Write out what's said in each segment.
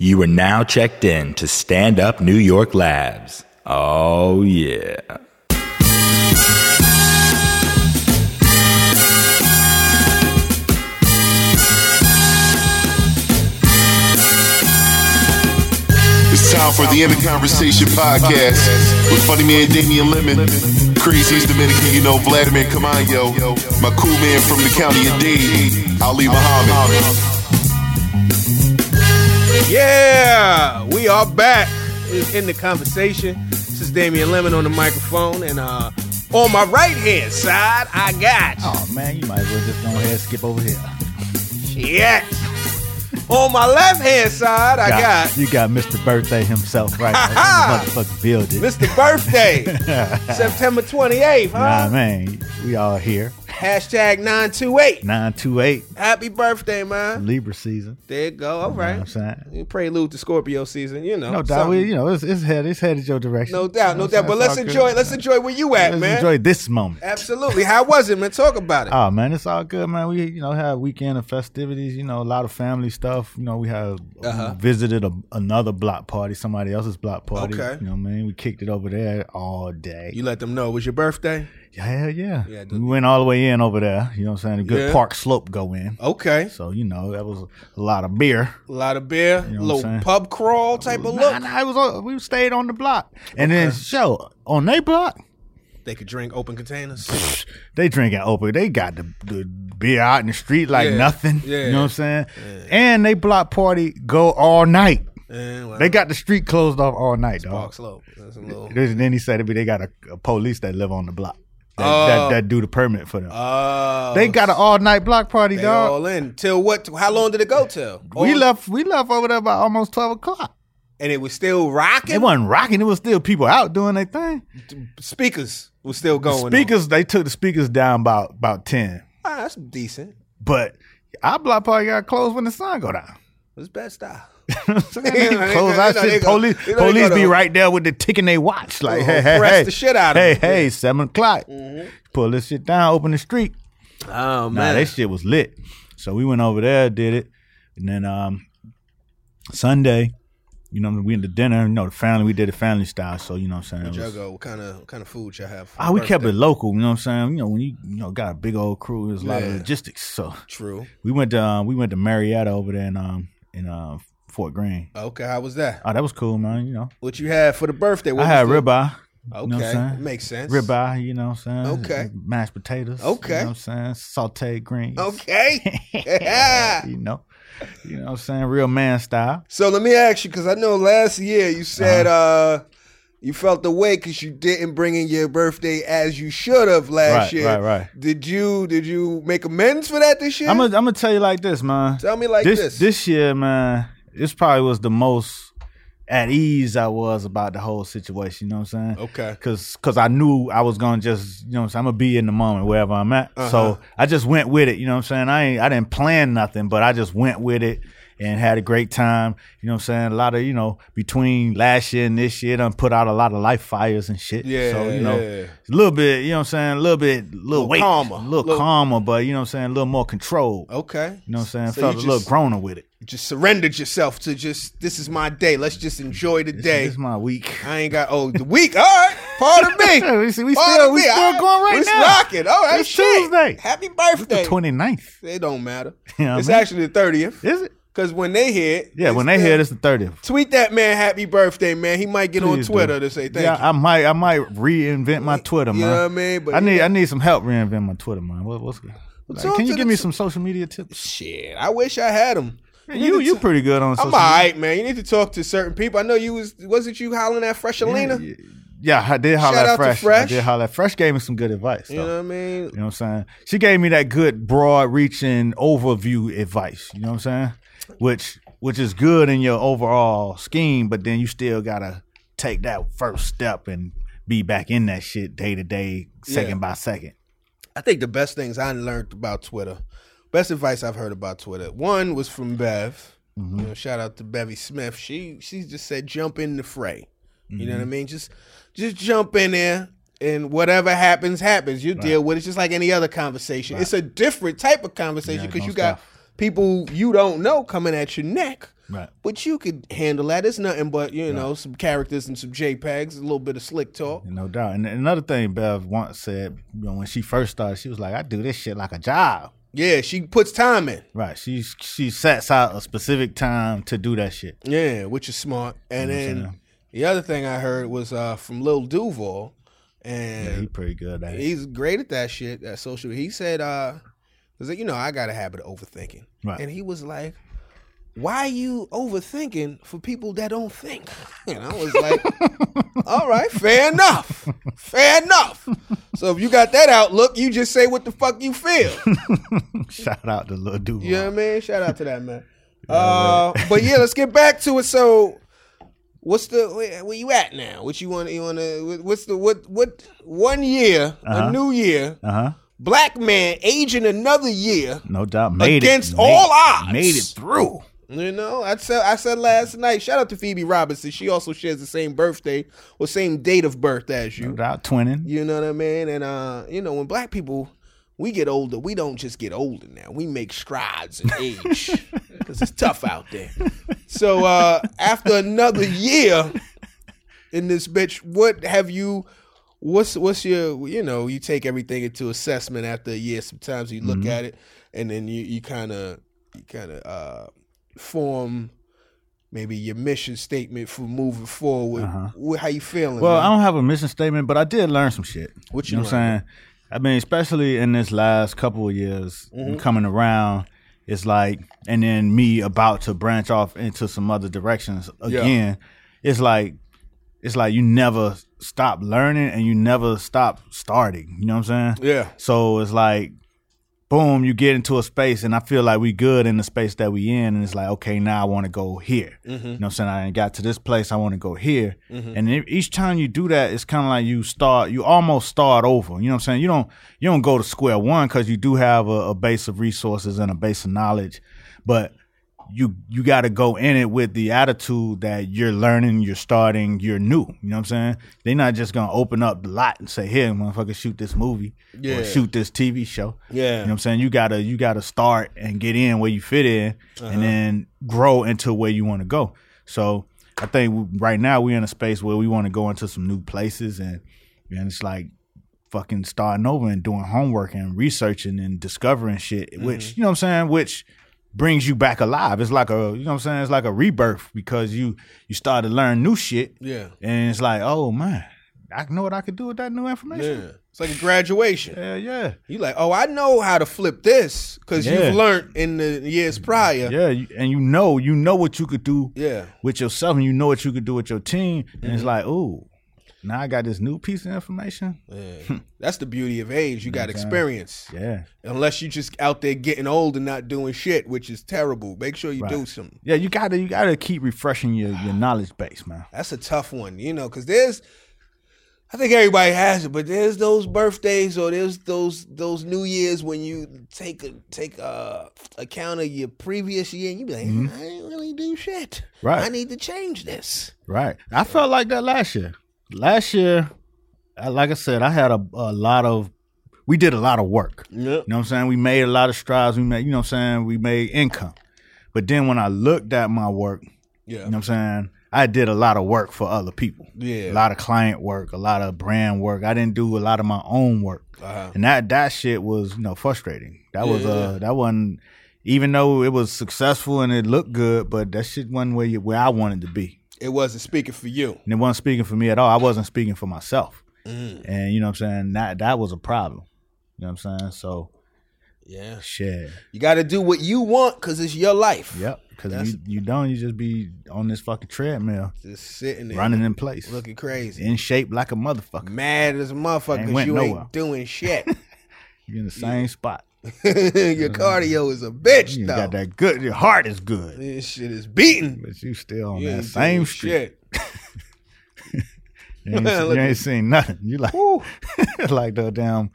You are now checked in to Stand Up New York Labs. Oh, yeah. It's time for the End of Conversation podcast with funny man Damian Lemon, crazy's Dominican, you know, Vladimir Camayo, my cool man from the county of Dade, Ali Muhammad. Yeah, we are back It's in the conversation. This is Damian Lemon on the microphone, and uh, on my right hand side, I got Oh man, you might as well just go ahead and skip over here. yes. on my left hand side, I got you got Mr. Birthday himself right there in the motherfucking building. Mr. Birthday, September twenty eighth, huh? Nah, man, we all here. Hashtag nine two eight. Nine two eight Happy birthday, man. Libra season. There you go. All You know right. what I'm saying? You prelude to Scorpio season, you know. No doubt, something. we, you know it's, it's headed it's headed your direction. no doubt, You know no what I'm doubt. But saying? let's It's all enjoy, good. let's enjoy where you at, Let's man. enjoy this moment. Absolutely. How was it, man? Talk about it. Oh man, it's all good, man. We you know had a weekend of festivities. You know a lot of family stuff. You know we have Uh-huh. visited a, another block party, somebody else's block party. Okay. You know what I mean? We kicked it over there all day. you let them know it was your birthday. Yeah, yeah. Yeah, the- we went all the way in over there. You know what I'm saying? A good Yeah. park slope go in. Okay. So, you know, that was a lot of beer. A lot of beer, You know what I'm little saying? pub crawl type of Nah, look. nah, it was all, we stayed on the block. And then show on they block, They could drink open containers. they drinking open. They got the, the beer out in the street like Yeah, nothing. yeah, You know what I'm saying? And they block party go all night. and, well, They got the street closed off all night, Park dog. Slope. That's a little. There's- Then he said to me they got a, a police that live on the block. That, Oh. that, that do the permit for them. Oh, they got an all night block party, they dog. all in. Till what? How long did it go till? We Oh, left. We left over there by almost twelve o'clock. and it was still rocking. It wasn't rocking. It was still people out doing their thing. speakers was still going. on. speakers. They took the speakers down about about ten. Ah, that's decent. But our block party got closed when the sun go down. It's best style. they know, they close go- our you know, they shit. go- Police, you know, they police go be to- right there with the ticking they watch. Like, Oh, hey, hey, press hey, the shit out of hey, them. Mm-hmm. hey, seven o'clock. Pull this shit down. Open the street. Oh Nah, man, that shit was lit. So we went over there, did it, and then um Sunday, you know, we went to dinner. You know, the family. We did it family style. So you know, what I'm saying. It was- Jago, what kind of what kind of food y'all have? for Ah, we kept birthday? it local, you know what I'm saying? You know, when you you know got a big old crew, there's a lot Yeah. of logistics. So True. we went to um, we went to Marietta over there in um in uh, Fort Greene. Okay, how was that? Oh, that was cool, man. You know, What you had for the birthday? What I had was the- ribeye. Okay, you know what I'm saying? makes sense. Ribeye, you know what I'm saying? Okay. Mashed potatoes. Okay. You know what I'm saying? Sauteed greens. Okay. you know. You know what I'm saying? Real man style. So let me ask you, because I know last year Uh-huh. you said uh you felt the way because you didn't bring in your birthday as you should have last Right, year. right, right. Did you did you make amends for that this year? I'm gonna I'm gonna tell you like this, man. Tell me like this. this year, man, this probably was the most at ease I was about the whole situation. You know what I'm saying? Okay. Cause, cause I knew I was gonna just, you know, what I'm saying? I'm gonna be in the moment wherever I'm at. Uh-huh. So I just went with it. You know what I'm saying? I ain't, I didn't plan nothing, but I just went with it and had a great time. You know what I'm saying? A lot of, you know, between last year and this year, done put out a lot of life fires and shit. Yeah, So you know, yeah. a little bit. You know what I'm saying? A little bit, a little, weight, calmer. a little, Little- calmer, but you know what I'm saying? A little more control. okay. You know what I'm saying? So Felt you a little just- growner with it. You just surrendered yourself to just this is my day. Let's just enjoy the day. This is my week. I ain't got oh the week. All right, part of me. Yeah, we see- we Part still- of me. we still All right, going right we now. rocking. All right, It's shit. Tuesday. Happy birthday. The 29th. It don't matter. You know what it's I mean? actually the thirtieth. Is it? Cause when they hit, Yeah, it's when they the- hear this, the 30th. tweet that man happy birthday, man. He might get Please on do. Twitter to say thank yeah, you. I might, I might reinvent my Twitter, you man. know what I mean? But I need, yeah. I need some help reinvent my Twitter, man. What, what's good? Like, talk can to you give the me t- some social media tips? Shit, I wish I had him. You, you pretty good on I'm social. all right, man. You need to talk to certain people. I know you was wasn't you hollering at media. Freshalina? Yeah, yeah, I did holler Shout out to at Fresh. I Fresh. did holler at Fresh. Gave me some good advice. Though. You know what I mean? You know what I'm saying? She gave me that good broad reaching overview advice, you know what I'm saying? Which which is good in your overall scheme, but then you still gotta take that first step and be back in that shit day to day, second Yeah. by second. I think the best things I learned about Twitter, best advice I've heard about Twitter. One was from Bev. Mm-hmm. You know, shout out to Bevy Smith. She she just said jump in the fray. You know what I Mm-hmm. mean? Just just jump in there and whatever happens happens. You deal with it just like any other conversation. It's a different type of conversation Yeah, because no you got stuff. people you don't know coming at your neck. Right. But you could handle that. It's nothing but you know some characters and some JPEGs, a little bit of slick talk. No doubt. And another thing Bev once said, you know, when she first started, she was like, I do this shit like a job. Yeah, she puts time in. Right. She she sets out a specific time to do that shit. Yeah, which is smart. And then the other thing I heard was uh, from Lil Duval, and He pretty good at it. he's great at that shit, that social. He said, uh, 'cause, you know, I got a habit of overthinking. Right. And he was like, why you overthinking for people that don't think? And I was like, all right, fair enough. Fair enough. So if you got that outlook, you just say what the fuck you feel. Shout out to Lil Duval. You know what I mean? Shout out to that man. Uh, but yeah, let's get back to it. So, what's the where, where you at now? What you want? You want to? What's the what? What one year? A new year. Uh huh. Black man aging another year. No doubt. Made Against it. all made, odds. Made it through. You know, I said I said last night. Shout out to Phoebe Robinson. She also shares the same birthday or same date of birth as No you. doubt. Twinning. You know what I mean? And uh, you know, when black people we get older, we don't just get older now. We make strides in age because it's tough out there. So uh, after another year in this bitch, what have you? What's what's your you know? You take everything into assessment after a year. Sometimes you Mm-hmm. look at it, and then you you kind of you kind of uh, form. Maybe your mission statement for moving forward. Wh- How you feeling? Uh-huh. Well, man? I don't have a mission statement, but I did learn some shit. What you know what I'm saying? I mean, especially in this last couple of years Mm-hmm. and coming around, it's like, and then me about to branch off into some other directions again. It's like, it's like you never stop learning and you never stop starting. You know what I'm saying? Yeah. So it's like, boom, you get into a space, and I feel like we good in the space that we in, and it's like, okay, now I want to go here. You know what I'm saying? I ain't got to this place, I want to go here. And e- each time you do that, it's kind of like you start, you almost start over. You know what I'm saying? You don't, you don't go to square one because you do have a, a base of resources and a base of knowledge, but you you got to go in it with the attitude that you're learning, you're starting, you're new. You know what I'm saying? They're not just gonna open up the lot and say, "Here, motherfucker, shoot this movie Yeah. or shoot this TV show." Yeah. you know what I'm saying? You gotta you gotta start and get in where you fit in, and then grow into where you want to go. So I think w- right now we're in a space where we want to go into some new places, and and it's like fucking starting over and doing homework and researching and discovering shit, which you know what I'm saying, which brings you back alive. It's like a you know what I'm saying, it's like a rebirth because you you start to learn new shit. Yeah. And it's like, oh man, I know what I could do with that new information. Yeah. It's like a graduation. Yeah, yeah. You like, oh, I know how to flip this because Yeah. you've learned in the years prior. Yeah, you, and you know, you know what you could do Yeah. with yourself, and you know what you could do with your team, and it's like, ooh, now I got this new piece of information. Hmm. Yeah. That's the beauty of age. You got experience. Yeah, Unless you just out there getting old and not doing shit, which is terrible. Make sure you do something. yeah, you gotta, you gotta keep refreshing your your knowledge base, man. That's a tough one, you know, because there's, I think everybody has it, but there's those birthdays or there's those those New Years when you take a, take a account of your previous year and you be like, I didn't really do shit. Mm-hmm. Right. I need to change this. Right. I felt like that last year. Last year, I- like I said, I had a, a lot of, we did a lot of work. Yep. You know what I'm saying? We made a lot of strides. We made, you know what I'm saying? We made income. But then when I looked at my work, Yeah. you know what I'm saying? I did a lot of work for other people. Yeah. A lot of client work, a lot of brand work. I didn't do a lot of my own work. Uh-huh. And that that shit was, you know, frustrating. That was uh that wasn't even though it was successful and it looked good, but that shit wasn't where you, where I wanted to be It wasn't speaking for you. and it wasn't speaking for me at all. I wasn't speaking for myself. Mm. And you know what I'm saying? That that was a problem. You know what I'm saying? So Yeah. shit. You got to do what you want because it's your life. Yep. Cause That's- you, you don't, you just be on this fucking treadmill, Just sitting there running in place. looking crazy. in shape like a motherfucker. Mad as a motherfucker Ain't 'cause went you nowhere. ain't doing shit. You're in the same spot. your cardio is a bitch, You though. got that good your heart is good. This shit is beaten. But you still on You that ain't same doing street. shit. You ain't, you Look ain't at- seen nothing. You like Woo. like the damn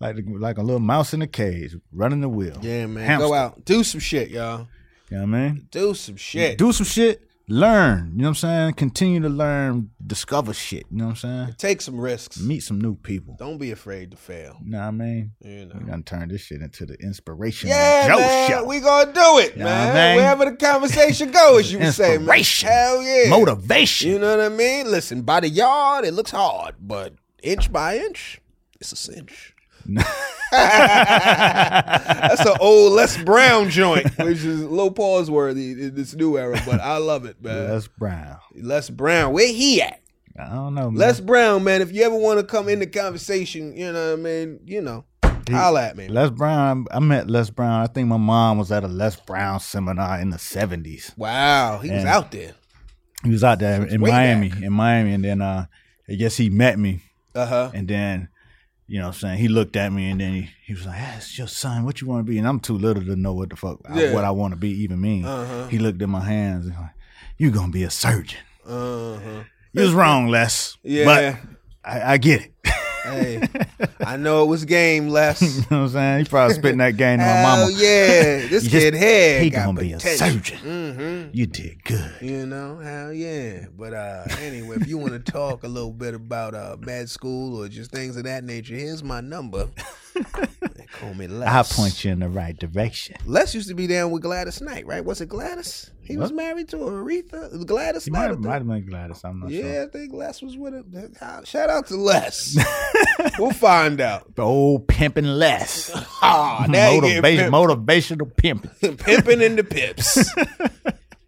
like the, like a little mouse in a cage running the wheel. Yeah, man. Go Hamster. out. Do some shit, y'all. You know what I mean? Do some shit. do some shit, learn. You know what I'm saying? Continue to learn discover shit. You know what I'm saying? Take some risks. Meet some new people. Don't be afraid to fail. You know what I mean? You know. We done turned this shit into the inspiration Yeah, Joe man, show. we gonna do it, Yeah, man. man. Wherever the conversation goes, you would say, man. Inspiration. Hell yeah, Motivation. You know what I mean? Listen, by the yard, it looks hard, but inch by inch, it's a cinch. That's an old Les Brown joint, which is low pause worthy in this new era, but I love it, man. Les Brown. Les Brown, where he at? I don't know. Man. Les Brown, man, if you ever want to come in the conversation, you know what I mean? You know, holla at me. Les Brown. I met Les Brown. I think my mom was at a Les Brown seminar in the seventies. Wow, he was And- out there. He was out there in way Miami, in Miami, and then uh, I guess he met me, Uh huh. and then you know, what I'm saying he looked at me, and then he, he was like, "That's your son. What you want to be?" And I'm too little to know what the fuck I- Yeah. what I want to be even mean. Uh-huh. He looked at my hands and like, "You gonna be a surgeon." Uh huh. You was wrong, Les. Yeah. But I, I get it. you Hey, I know it was game, Les. know what I'm saying? He probably spitting that game to my Hell mama. yeah, this You just- kid here he got gonna be a potential. Mm. Mm-hmm, surgeon. You did good. You know, hell yeah. But uh anyway, if you want to talk a little bit about uh med school or just things of that nature, here's my number. They call me Les. I'll point you in the right direction. Les used to be down with Gladys Knight, right? Was it Gladys? He was What? married to Aretha. Gladys He Knight. might, I have- think. might have been Gladys. I'm not yeah, sure. I think Les was with him. Shout out to Les. we'll find out. Old Oh, pimping Les. Ah, now you getting Motivation, pimped. motivational pimping. Pimping in the pips.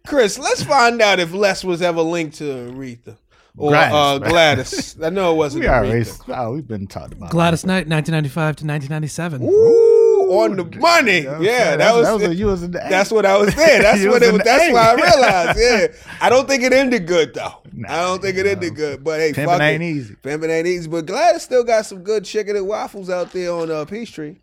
Chris, let's find out if Les was ever linked to Aretha or Gladys, uh, man. Gladys. I know it wasn't We Aretha. already, oh, we've been talking about Gladys Knight, 1995 to 1997. Ooh, on the money. that. Yeah, You know what I'm saying? that, was, that was a, you was in the that's what I was there. That's You what it was in was. the That's eight. why I realized. Yeah, I don't think it ended good though. I don't think it ended good. But hey, Pimping fuck ain't it. easy. Pimping ain't easy. But Gladys still got some good chicken and waffles out there on uh, Peachtree.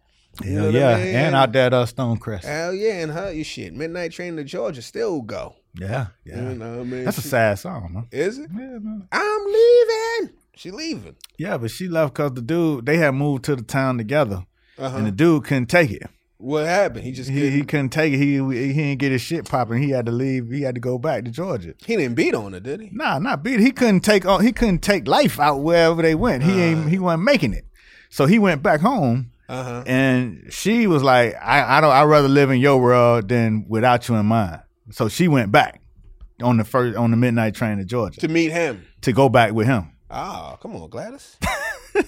You know Hell what I yeah. mean? And out there at uh, Stonecrest. Hell yeah, and her you shit. Midnight Train to Georgia still go. Yeah. You Yeah. know what I mean? That's a She- sad song, man. Is it? Yeah, man. I'm leaving. She leaving. Yeah, but she left because the dude, they had moved to the town together. Uh-huh. And the dude couldn't take it. What happened? He just He, he, he couldn't take it. He he didn't get his shit popping. He had to leave. He had to go back to Georgia. he didn't beat on her, did he? Nah, not beat. it. He couldn't take on. He couldn't take life out wherever they went. He ain't. He wasn't making it. So he went back home, Uh-huh. and she was like, "I I don't. I'd rather live in your world than without you in mine." So she went back on the first on the midnight train to Georgia To meet him. to go back with him. Oh, come on, Gladys.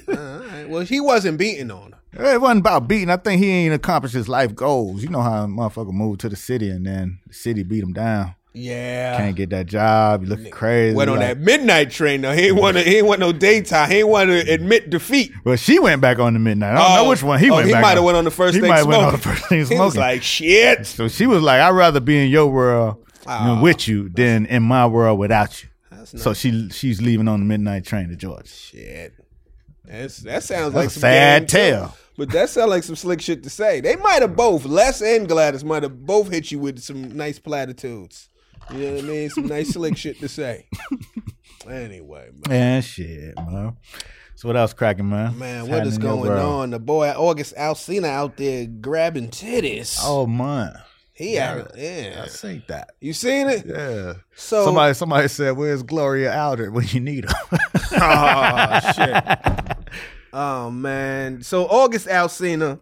All right. Well, he wasn't beating on her. It wasn't about beating. I think he ain't accomplished his life goals. You know how a motherfucker moved to the city and then the city beat him down. Yeah. Can't get that job. You looking crazy. Went Ah. on like- that midnight train though. He ain't want to. He ain't want no daytime. He ain't want to admit defeat. Well, she went back on the midnight. I don't Oh. know which one he Oh, went He back. might have went on the first He thing might have smoking. went on the first thing He was smoking. like, shit. so she was like, "I'd rather be in your world you know, with you than in my world without you." So she she's leaving on the midnight train to Georgia. Shit. That's, that sounds That's like a some sad game, too. tale. But that sounds like some slick shit to say. They might have both, Les and Gladys, might have both hit you with some nice platitudes. You know what I mean? Some nice slick shit to say. Anyway, man. Man, shit, man. So what else cracking, man? Man, What's what is happening in your going world? on? The boy August Alcina out there grabbing titties. Oh man, he out. Yeah, I see that. you seen it? Yeah. So somebody somebody said, "Where's Gloria Aldred when you need her?" oh shit. Oh man. So August Alsina,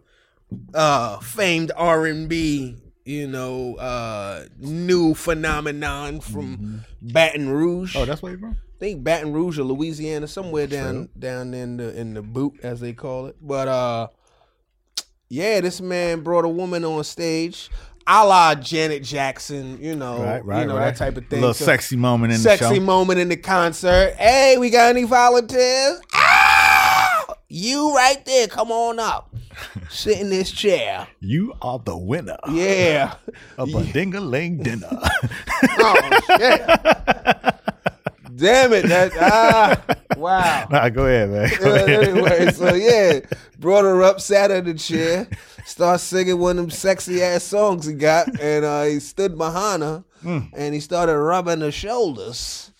uh, famed R and B, you know, uh, new phenomenon from Baton Rouge. Mm-hmm. oh, that's where you from? I think Baton Rouge or Louisiana, somewhere down down in the in the boot as they call it. But uh, yeah, this man brought a woman on stage, a la Janet Jackson, you know, Right, right, Oh, you know right. that type of A thing. little So- sexy moment in the show. sexy moment in the concert. Hey, we got any volunteers? Ah! You right there. Come on up. Sit in this chair. you are the winner Yeah. of a ding-a-ling dinner. Oh, shit. Damn it. That, ah, wow. Nah, go ahead, man. Go But ahead. anyway, so yeah, brought her up, sat in the chair, started singing one of them sexy ass songs he got, and uh, he stood behind her Hmm. and he started rubbing her shoulders.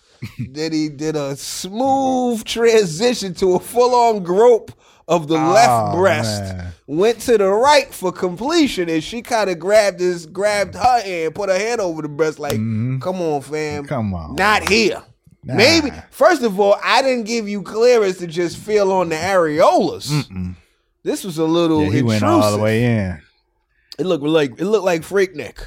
then he did a smooth transition to a full on grope of the left Oh, breast. man. Went to the right for completion, and she kind of grabbed his, grabbed her hand, put her hand over the breast, like, "Come on, fam, Mm-hmm. Come on. not here." Maybe first of all, I didn't give you clearance to just feel on the areolas. This was a little Yeah, he intrusive. went all the way in. It looked like it looked like freak neck.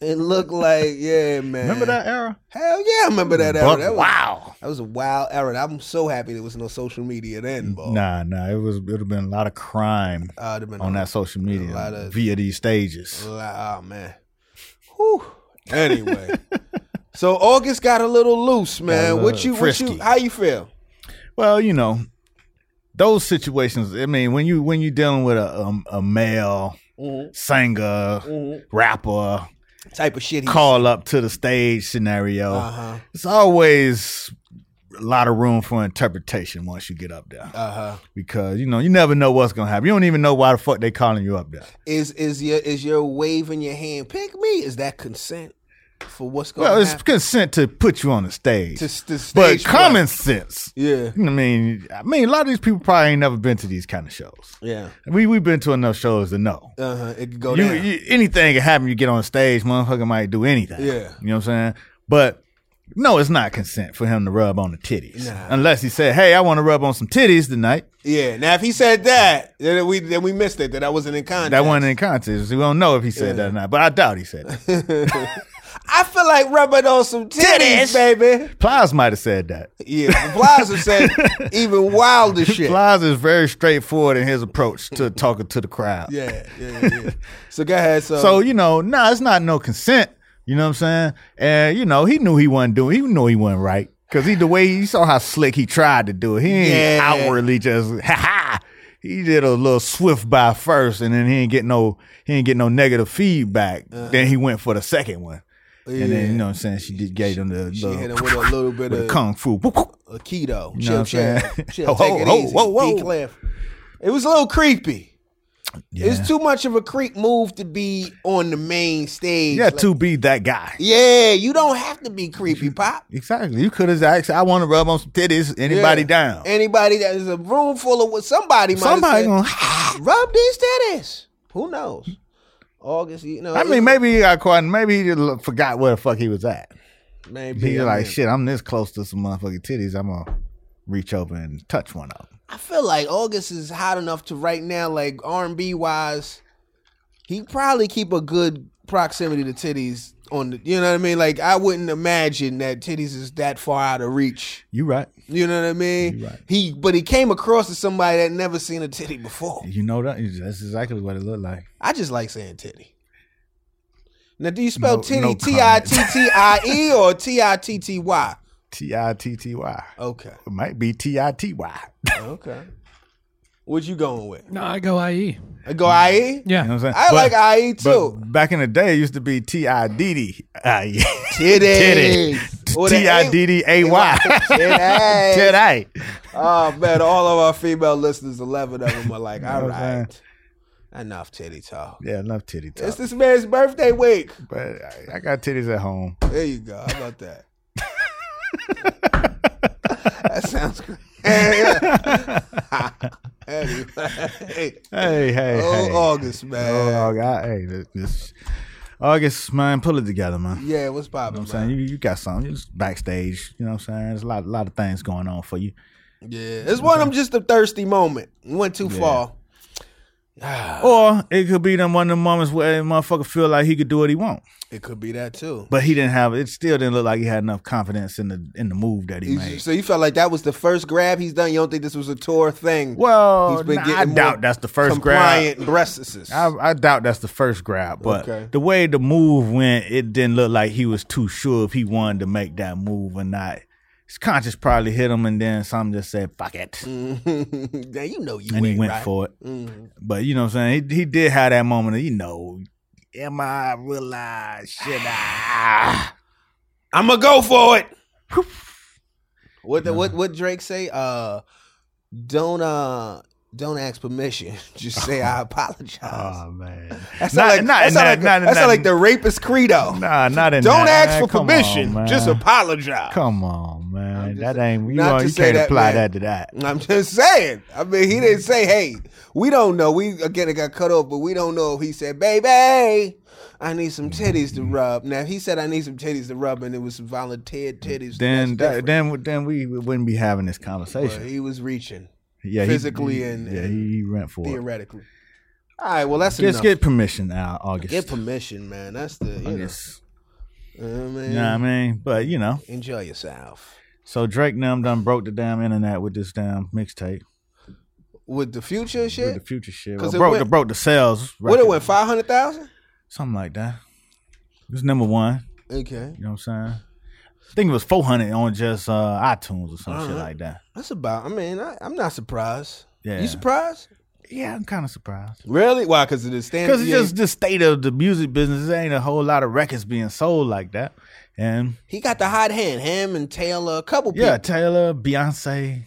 it looked like yeah, man. Remember that era? Hell yeah, I remember that era. Buck- That was, wow. that was a wild era. I'm so happy there was no social media then, bro. Nah, nah. It was. It would have been a lot of crime I'd have been on that social media Oh. lot of- via these stages. Like, oh man. Whew. Anyway. so August got a little loose, man. little what you what frisky. you how you feel? Well, you know, those situations. I mean, when you when you dealing with a a, a male Mm-hmm. singer, rapper, Type of shit he call up to the stage scenario, Uh-huh. it's always a lot of room for interpretation once you get up there Uh-huh. because you know you never know what's gonna happen. You don't even know why the fuck they calling you up there. Is is your is your waving your hand, pick me? Is that consent for what's going Well, on? it's consent to put you on the stage, To- to stage but play. common sense. Yeah. You know what I mean, I mean, a lot of these people probably ain't never been to these kind of shows. Yeah. We we've been to enough shows to know. Uh-huh. It could go You, down. you anything can happen. You get on stage, motherfucker might do anything. Yeah. you know what I'm saying. But no, it's not consent for him to rub on the titties, Nah. unless he said, "Hey, I want to rub on some titties tonight." yeah. Now if he said that, then we then we missed it, that I wasn't in contact. That wasn't in context. We don't know if he said that or not, but I doubt he said that. I feel like rubbing on some titties, baby. Plies might have said that. Yeah, Plaza said even wilder shit. Plies is very straightforward in his approach to talking to the crowd. Yeah, yeah, yeah. So go ahead. So, So you know, nah, it's not no consent. You know what I'm saying? And you know, he knew he wasn't doing. He knew he wasn't right because he the way he saw how slick he tried to do it. He ain't Yeah. outwardly just ha ha. He did a little swift by first, and then he ain't get no he ain't get no negative feedback. Uh-huh. Then he went for the second one, and then you know what I'm saying? She did gave him the, she hit him the with a little bit with the of kung fu. a keto. You know chill, what I'm chill, saying? chill. Ho, Take ho, it ho, easy. whoa, whoa. Be clear. It was a little creepy. Yeah. It's too much of a creep move to be on the main stage. Yeah, Like, to be that guy. Yeah, you don't have to be creepy, pop. Exactly. You could have asked, "I want to rub on some titties." Anybody Yeah. down? Anybody that is a room full of what somebody might Somebody have gonna. said, "Ah, rub these titties. Who knows? August, you know. I mean, maybe he got caught. and Maybe he just lo- forgot where the fuck he was at. maybe He's I like, mean, shit, I'm this close to some motherfucking titties. I'm gonna reach over and touch one of them. I feel like August is hot enough to right now, like R and B wise, he probably keep a good proximity to titties on the you know what I mean? Like I wouldn't imagine that titties is that far out of reach. You right? You know what I mean? You right. He but he came across to somebody that never seen a titty before. You know that? That's exactly what it looked like. I just like saying titty. Now do you spell No- titty no T I T T I E or T I T T Y? T i t t y. Okay. It might be t i t y. You Okay. What you going with? No, I go IE. I go I E? Yeah. know what I'm saying? I like IE but too. back in the day, it used to be t i d d i. Titty. Or the T i d d a y. Titties. Titty. Oh man, all of our female listeners, eleven of them are like, what all I'm saying? right, enough titty talk. Yeah, enough titty talk. It's this man's birthday week. but I, I got titties at home. There you go. How about that? that sounds great. anyway, Hey, hey, oh hey. August, man. Oh, August. I, hey, this, this August, man, pull it together, man. You know Yeah, what's popping, what I'm saying? man? You, you got something. It's backstage. You know what I'm saying? There's a lot, lot of things going on for you. Yeah, it's one of them just a thirsty moment. You went too far. Uh. Or it could be them one of them moments where a motherfucker feel like he could do what he want. It could be that too. But he didn't have it still didn't look like he had enough confidence in the in the move that he You- made. So you felt like that was the first grab he's done. You don't think this was a tour thing? Well, He's been nah, I getting more doubt that's the first grab. compliant breast assist. I, I doubt that's the first grab, but Okay. the way the move went, it didn't look like he was too sure if he wanted to make that move or not. His conscience probably hit him, and then something just said "fuck it," now you know you and he ain't went right. for it. Mhm. But you know what I'm saying? He, he did have that moment of you know, am I realize should I? I'ma go for it. what the, what what Drake say? Uh, don't uh don't ask permission. Just say I apologize. Oh man, that sound like, that sound like, that sound like the rapist credo. nah, not in don't that, ask man. for Come on, permission. man. just apologize. Come on, man. just That saying- ain't you. not all- to You say can't that, apply man. that to that. I'm just saying. I mean, he didn't say, "Hey, we don't know." We again it got cut off, but we don't know if he said, "Baby, I need some titties to rub. Now if he said I need some titties to rub, and it was some volunteered titties. Then that's th- different. then then we wouldn't be having this But conversation. he was reaching yeah, he- physically he- and- yeah, he, he went for it. theoretically. All right, well that's Just enough. get permission, Al, August. Get permission, man. That's the you know, August. you know what I mean? You know what I mean? But you know, Enjoy yourself so Drake and them done broke the damn internet with this damn mixtape with the future and with shit. the future shit. 'Cause Well, it broke went- the broke the sales. What it record. went five hundred thousand? Something like that. It was number one. Okay, You know what I'm saying? I think it was 400 on just uh, iTunes or some shit Uh-huh. like that. that's about. I mean, I, I'm not surprised. Yeah. You surprised? Yeah, I'm kind of surprised. Really? Why? Because of the standard. Because it's just the state of the music business. There ain't a whole lot of records being sold like that. And he got the hot hand. Him and Taylor, a couple people. yeah, Taylor, Beyonce,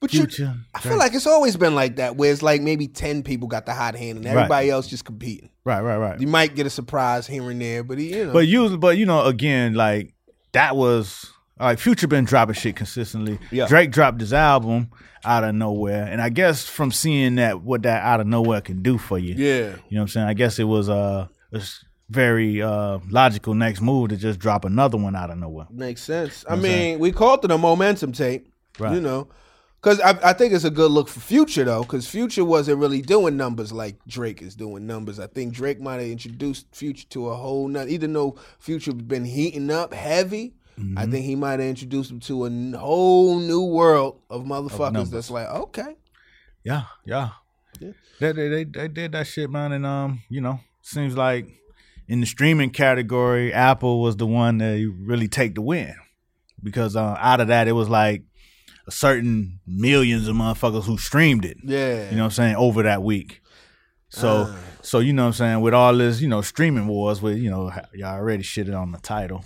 but you, Future. I feel like it's always been like that, where it's like maybe ten people got the hot hand and everybody else just competing. Right, right, right. You might get a surprise here and there, but he, you know, But usually, but you know, again, like that was like Future been dropping shit consistently. Yeah. Drake dropped his album out of nowhere, and I guess from seeing that, what that out of nowhere can do for you. yeah, You know what I'm saying? I guess it was uh, a s- very uh, logical next move to just drop another one out of nowhere. makes sense. I I'm saying? mean, we called it a momentum tape, Right. you know, because I, I think it's a good look for Future though, because Future wasn't really doing numbers like Drake is doing numbers. I think Drake might have introduced Future to a whole nother. Even though Future been heating up heavy, I Mm-hmm. think he might have introduced him to a n- whole new world of motherfuckers. numbers. that's like okay, Yeah, yeah. They, they, they, they did that shit, man, and um, you know, seems like in the streaming category, Apple was the one that really take the win because uh, out of that, it was like a certain millions of motherfuckers who streamed it. yeah, You know what I'm saying? Over that week. So Ah. so you know what I'm saying, with all this, you know, streaming wars with, you know, h- y'all already shitted on the title.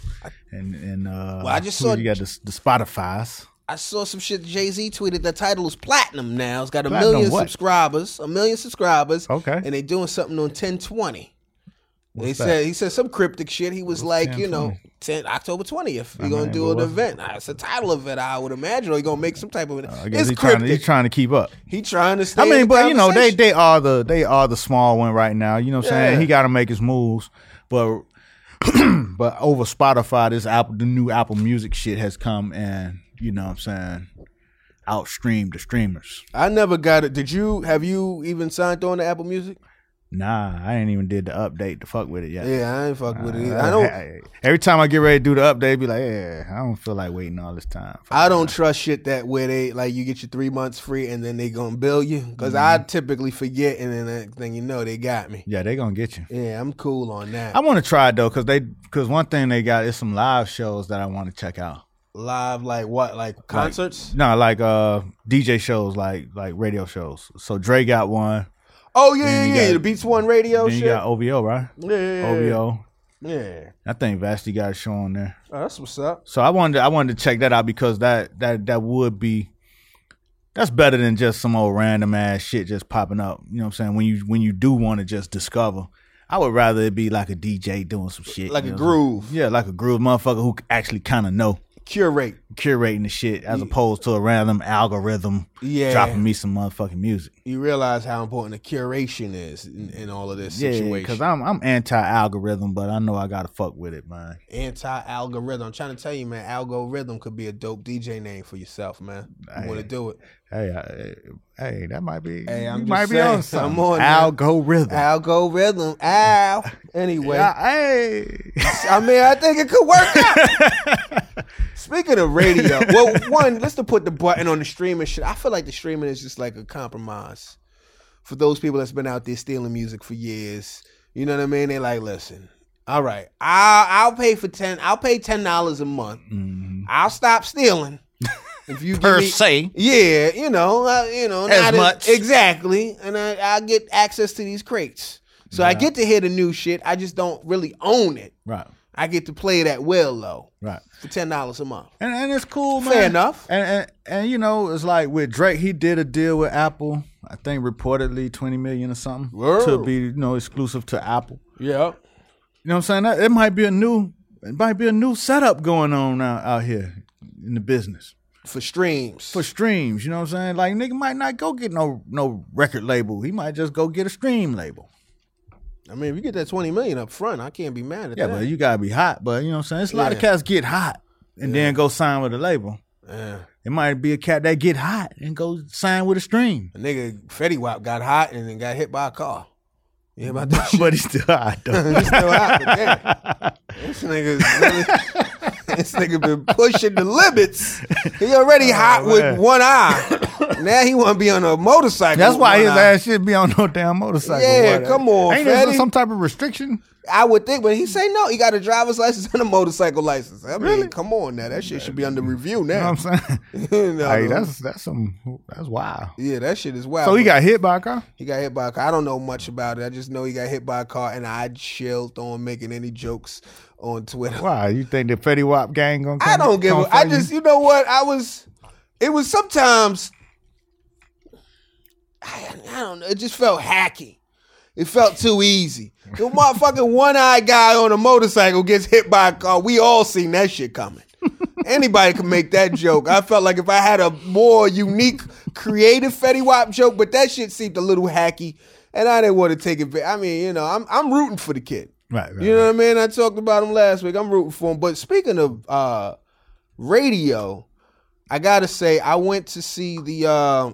And and uh Well, I just who saw- you got the, the Spotify's. I saw some shit Jay Z tweeted. The title is platinum now. It's got a Platinum million what? subscribers. A million subscribers. Okay. And they doing something on ten twenty. They What's said he said some cryptic shit. He was like, you know, 10/20? ten October twentieth. I You're gonna mean, do what an was it? event. Uh, It's a title event. I would imagine. Or you gonna make some type of. Uh, I guess it's he's trying, cryptic. to, he's trying to keep up. he trying to. Stay I in the mean, but you know, they conversation. they are the they are the small one right now. You know what I'm Yeah. saying? He got to make his moves, but but over Spotify, this Apple the new Apple Music shit has come and you know what I'm saying outstreamed the streamers. I never got it. Did you? Have you even signed on to Apple Music? Nah, I ain't even did the update to fuck with it yet. Yeah, I ain't fuck with it. Either. Uh, I I don't. Every time I get ready to do the update, be like, yeah, I don't feel like waiting all this time. Fuck I don't trust shit that where they like you get your three months free and then they gonna bill you because I Mm-hmm. typically forget and then next thing you know they got me. Yeah, they gonna get you. Yeah, I'm cool on that. I want to try it though, cause they, cause one thing they got is some live shows that I want to check out. Live like what like concerts? No, like uh DJ shows, like like radio shows. So Dre got one. oh yeah, yeah, you yeah. got- the Beats One Radio then Oh, shit. you got OVO, right? yeah, yeah, yeah. OVO. Yeah, I think Vasti got a show on there. oh, that's what's up. So I wanted I wanted to check that out because that that that would be that's better than just some old random ass shit just popping up. You know what I'm saying? When you when you do want to just discover, I would rather it be like a DJ doing some shit. Like you a know what I'm groove saying? Yeah, like a groove motherfucker who actually kind of know curate. curating the shit as opposed to a random algorithm Yeah. dropping me some motherfucking music. You realize how important the curation is in, in all of this Yeah, situation. because I'm I'm anti algorithm, but I know I gotta fuck with it, man. Anti algorithm. I'm trying to tell you, man. Algorithm could be a dope DJ name for yourself, man. You want to do it? Hey, I, hey, that might be. Hey, I'm you just might be saying, on something. I'm on that. algorithm. Algorithm. Al. Anyway. Yeah, hey, I mean, I think it could work out. Speaking of radio, well, one, let's to put the button on the streaming shit. I feel like the streaming is just like a compromise for those people that's been out there stealing music for years. You know what I mean? They like, listen, all right, I'll I'll pay for ten. I'll pay ten dollars a month. I'll stop stealing. If you Mm-hmm. Per give me, se. yeah, you know, uh, you know, As not much. exactly, and I, I get access to these crates, so I get to hear the new shit. I just don't really own it. right, I get to play it at will though right, for ten dollars a month. and and it's cool, man. Fair enough. And, and and you know, it's like with Drake, he did a deal with Apple. I think reportedly twenty million or something to Word. be you know exclusive to Apple. Yeah. You know what I'm saying? That, it might be a new, it might be a new setup going on out, out here in the business. For streams. for streams. You know what I'm saying? Like nigga might not go get no no record label. He might just go get a stream label. I mean, if you get that twenty million up front, I can't be mad at Yeah, that. but you gotta be hot. But you know what I'm saying? It's a lot of Yeah. cats get hot and then go sign with a label. yeah. It might be a cat that get hot and go sign with a stream. A nigga Fetty Wap got hot and then got hit by a car. You hear about that shit? but he's still hot though. He's still out, but damn. This nigga's really, this nigga been pushing the limits. He already hot with Oh, man. one eye. now he want to be on a motorcycle. That's with why one his eye. ass should be on no damn motorcycle. Yeah, Why- come on, Ain't there fatty. some type of restriction? I would think, but he say no. He got a driver's license and a motorcycle license. I mean, come on now. That shit should be under review You know now. what I'm saying? No, Hey, no. that's that's some that's wild. yeah, that shit is wild. So he but got hit by a car. he got hit by a car. I don't know much about it. I just know he got hit by a car, and I chilled on making any jokes on Twitter. Wow, you think the Fetty Wap gang gonna? Come, I don't give. come A, I for you? just, you know what? I was. It was sometimes. I, I don't know. It just felt hacky. It felt too easy. The motherfucking one-eyed guy on a motorcycle gets hit by a car. We all seen that shit coming. Anybody can make that joke. I felt like if I had a more unique, creative Fetty Wap joke, but that shit seemed a little hacky, and I didn't want to take it. I mean, you know, I'm I'm rooting for the kid. right, right. You know what I mean? I talked about him last week. I'm rooting for him. But speaking of uh, radio, I gotta say I went to see the uh,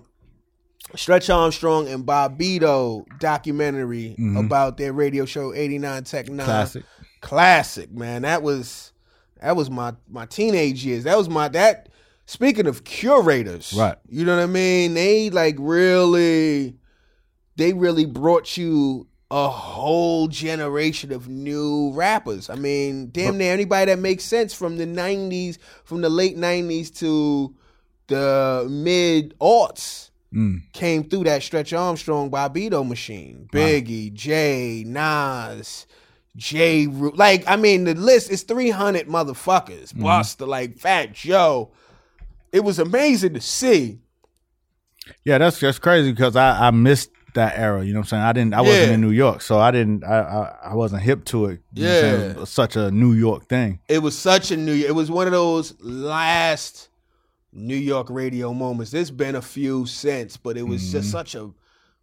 Stretch Armstrong and Bobito documentary about their radio show '89 Tech Nine. Classic. classic, man. That was that was my my teenage years. That was my that. Speaking of curators, Right. You know what I mean? They like really they really brought you a whole generation of new rappers. I mean, damn near anybody that makes sense from the '90s, from the late '90s to the mid aughts, came through that Stretch Armstrong, Bobito machine, Biggie, Jay, Nas. J. Ru- like I mean, the list is three hundred motherfuckers. Buster, like Fat Joe. It was amazing to see. Yeah, that's that's crazy because I, I missed that era. You know what I'm saying? I didn't. I wasn't Yeah. in New York, so I didn't. I I, I wasn't hip to it. You know what I'm saying? Yeah. such a New York thing. it was such a New York. It was one of those last New York radio moments. There's been a few since, but it was just such a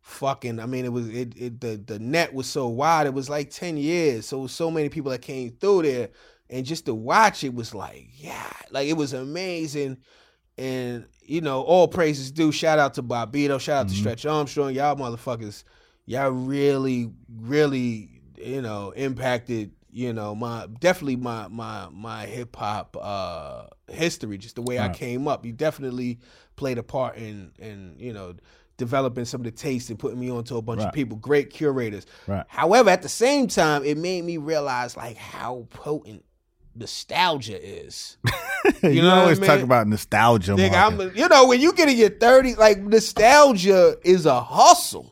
fucking. I mean, it was it, it the the net was so wide. It was like ten years. So it was so many people that came through there, and just to watch it was like yeah, like it was amazing. And you know, all praises due. Shout out to Bobito. Shout out to Stretch Armstrong. Y'all motherfuckers y'all really really you know impacted you know my definitely my my my hip hop uh history just the way I came up you definitely played a part in in you know developing some of the taste and putting me onto a bunch of Right. people great curators Right. however at the same time it made me realize like how potent nostalgia is You, know what I always talk mean? about nostalgia. Nigga, market. I'm, you know, when you get in your 30s, like nostalgia is a hustle.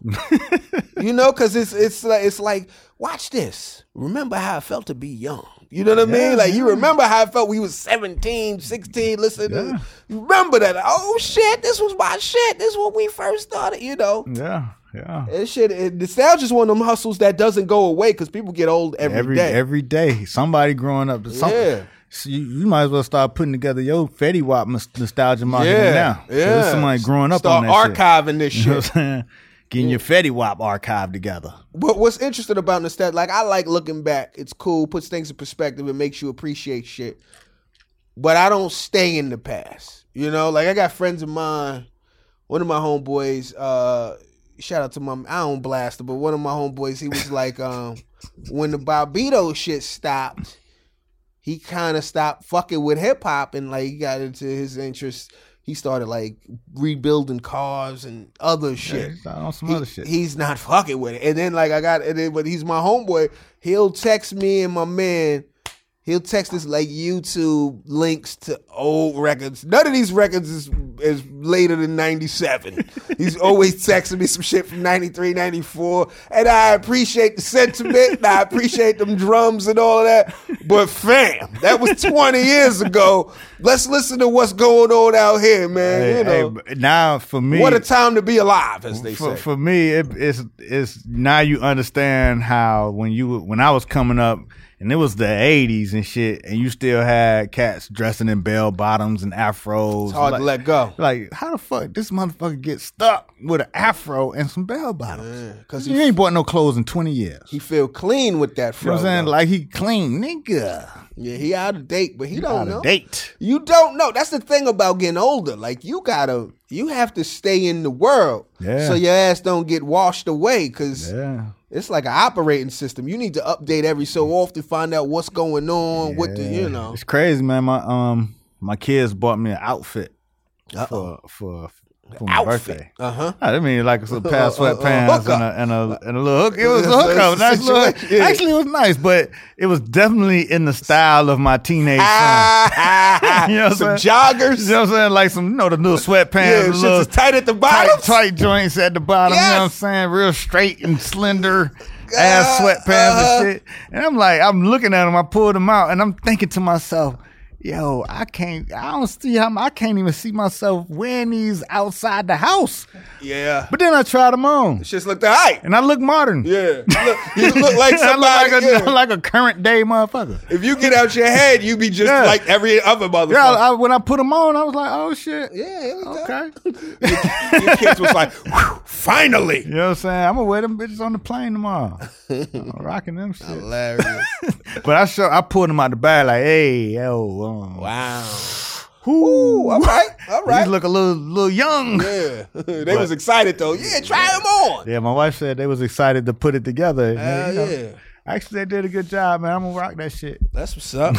you know, because it's it's like it's like, watch this. Remember how it felt to be young. You know what I mean? Like you remember how it felt when you was 17, 16, listen to you remember that. Oh shit, this was my shit. This is when we first started, you know. yeah, yeah. It shit it, nostalgia's one of them hustles that doesn't go away because people get old Every day. every day, somebody growing up. Some, Yeah. so you, you might as well start putting together your Fetty Wap nos- nostalgia market yeah, now. 'Cause yeah. there's somebody growing up Start on that shit. archiving this You know shit. what I'm saying? Getting your Fetty Wap archive together. But what's interesting about nostalgia, like I like looking back. It's cool, puts things in perspective, it makes you appreciate shit. But I don't stay in the past. You know, like I got friends of mine, one of my homeboys, uh, shout out to my I don't blast him, but one of my homeboys, he was like, um, when the Barbito shit stopped, he kinda stopped fucking with hip hop and like he got into his interests. He started like rebuilding cars and other shit. Start on some He- other shit. He's not fucking with it. And then like I got and then but he's my homeboy. He'll text me and my man. He'll text us like YouTube links to old records. None of these records is is later than 97. he's always texting me some shit from 93, 94. And I appreciate the sentiment. and I appreciate them drums and all of that. But fam, that was 20 years ago. Let's listen to what's going on out here, man. Hey, you hey, know, but now for me, what a time to be alive, as they for, say. for me, it, it's it's now you understand how when you when I was coming up, and it was the '80s and shit, and you still had cats dressing in bell bottoms and afros. It's hard like, to let go Like, how the fuck this motherfucker get stuck with an afro and some bell bottoms? because you he, ain't bought no clothes in 20 years. he feel clean with that. you know Fro, what I'm saying? though. Like he clean, nigga. yeah, he out of date, but he don't Out know. of date. You don't know. That's the thing about getting older. Like you gotta, you have to stay in the world, Yeah. so your ass don't get washed away. Cause Yeah. it's like an operating system. You need to update every so often, find out what's going on, what the you know. It's crazy, man. My um my kids bought me an outfit for for for my birthday. Uh huh. I mean, like some pair of Uh, uh, uh, sweatpants hookup. and, a, and a and a little hook. It was a That's a hookup. Nice little, situation. actually, it was nice, but it was definitely in the style of my teenage Ah. son. You know what I'm Some saying? joggers. You know what I'm saying? Like some, you know, the little Yeah, sweatpants, the shit's little is tight at the bottom. tight, tight joints at the bottom. You know what I'm Yes. saying? Real straight and slender ass Uh, sweatpants uh-huh. and shit. And I'm like, I'm looking at them. I pulled them out, and I'm thinking to myself, "Yo, I can't. I don't see how. I can't even see myself wearing these outside the house." Yeah. But then I tried them on, Shit's look the height. and I look modern. Yeah. You look, you look like I somebody. look like a, yeah. like a current day motherfucker. if you get out your head, you be just Yeah. like every other motherfucker. Yeah, I, when I put them on, I was like, "Oh shit." yeah, here we go. Okay. Your kids was like, "Whew, finally. You know what I'm saying? I'm gonna wear them bitches on the plane tomorrow. I'm rocking them shit. Hilarious. But I show, I pulled him out the bag like, hey, yo, um, wow. whoo, Ooh, all right, all right. These look a little little young. Yeah. yeah. they was excited though. Yeah, try them on. my wife said they was excited to put it together. Hell You know, yeah. Actually, they did a good job, man. I'm gonna rock that shit. That's what's up.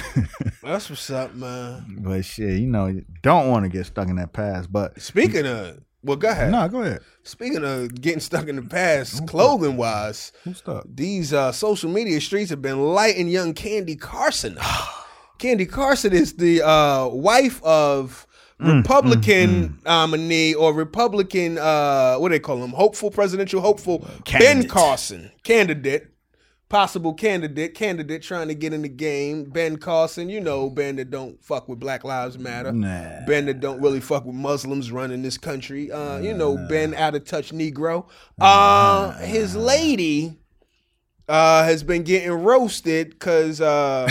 That's what's up, man. But shit, you know, you don't want to get stuck in that past. But Speaking of, well, go ahead. no, go ahead. Speaking of getting stuck in the past, clothing wise, Who's stuck? these uh, social media streets have been lighting young Candy Carson up. Candy Carson is the uh, wife of Mm, Republican nominee or Republican, uh, what do they call him? Hopeful, presidential hopeful, Ben Candidate. Carson, candidate. Possible candidate, candidate trying to get in the game. Ben Carson, you know, Ben that don't fuck with Black Lives Matter. Nah. Ben that don't really fuck with Muslims running this country. Uh, you know, Ben out of touch Negro. Uh, his lady, uh, has been getting roasted because uh,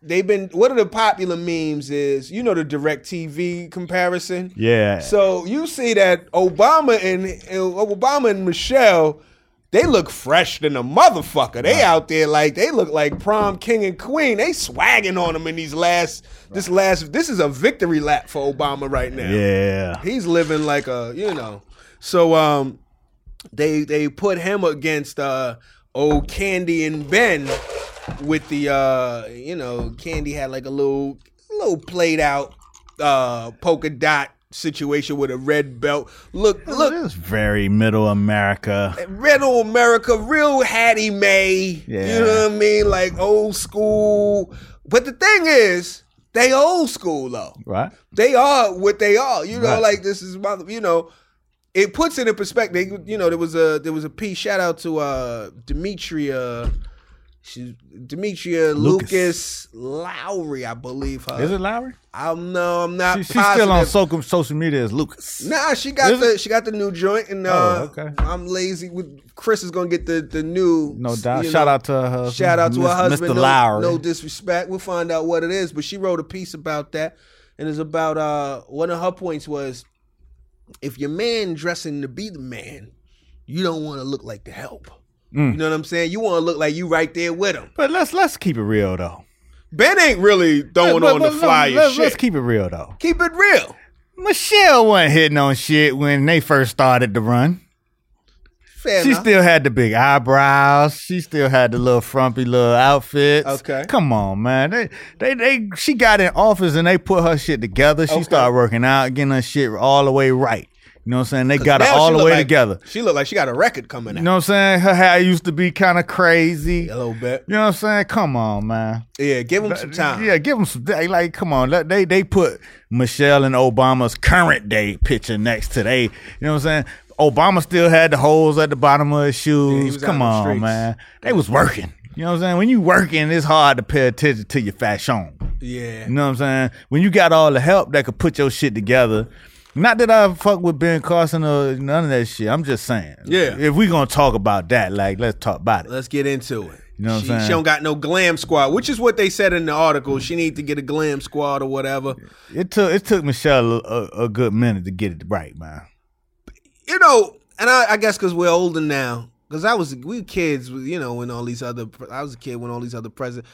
they've been. One of the popular memes is you know the direct TV comparison. Yeah. So you see that Obama and, and Obama and Michelle, they look fresh than a motherfucker. They out there like they look like prom king and queen. They swagging on them in these last this last. This is a victory lap for Obama right now yeah. he's living like a you know so um they they put him against uh old candy and ben with the uh you know candy had like a little little played out uh polka dot situation with a red belt look look This is very middle America. Red old America, real Hattie Mae. Yeah. You know what I mean? Like old school. But the thing is, they old school though Right? they are what they are. You know, Right. like this is my, you know, it puts it in perspective. They- You know, there was a there was a piece. Shout out to uh Demetria, she's Demetria Lucas. Lucas. Lowry, I believe her. Is it Lowry? I'm no, uh, I'm not. She, she's positive. still on social, social media as Lucas. Nah, she got Is Oh, the she got the new joint, and uh, okay. I'm lazy. With Chris is gonna get the the new. No doubt. you Shout know, out to her husband. Shout out to Miss- her husband, Mr. No- Lowry. No, disrespect. We'll find out what it is, but she wrote a piece about that, and it's about uh one of her points was, if your man dressing to be the man, you don't want to look like the help. Mm. You know what I'm saying? You want to look like you right there with him. But let's let's keep it real though. Ben ain't really throwing But- on but the let's- flyer let's, shit. let's keep it real though. keep it real. Michelle wasn't hitting on shit when they first started the run. Fair She enough. still had the big eyebrows. She still had the little frumpy little outfits. Okay. Come on, man. They they they she got in office and they put her shit together. She started working out, getting her shit all the way right. You know what I'm saying? They got her Now she all the look way like- together. She looked like she got a record coming out. You know what I'm saying? Her hair used to be kind of crazy. A little bit. You know what I'm saying? Come on, man. Yeah, give him some time. Yeah, give them some. They, like, come on. Let- They they put Michelle and Obama's current day picture next to they. You know what I'm saying? Obama still had the holes at the bottom of his he shoes. was out in come the on, streets. man. They was working. You know what I'm saying? When you working, it's hard to pay attention to your fashion. Yeah. You know what I'm saying? When you got all the help that could put your shit together. Not that I fuck with Ben Carson or none of that shit. I'm just saying. Yeah. If we gonna talk about that, like, let's talk about it. Let's get into it. You know what She, she I'm saying? don't got no glam squad, which is what they said in the article. She need to get a glam squad or whatever. it took it took Michelle a, a, a good minute to get it right, man. You know, and I, I guess because we're older now. Because I was we were kids, you know, when all these other I was a kid when all these other presidents.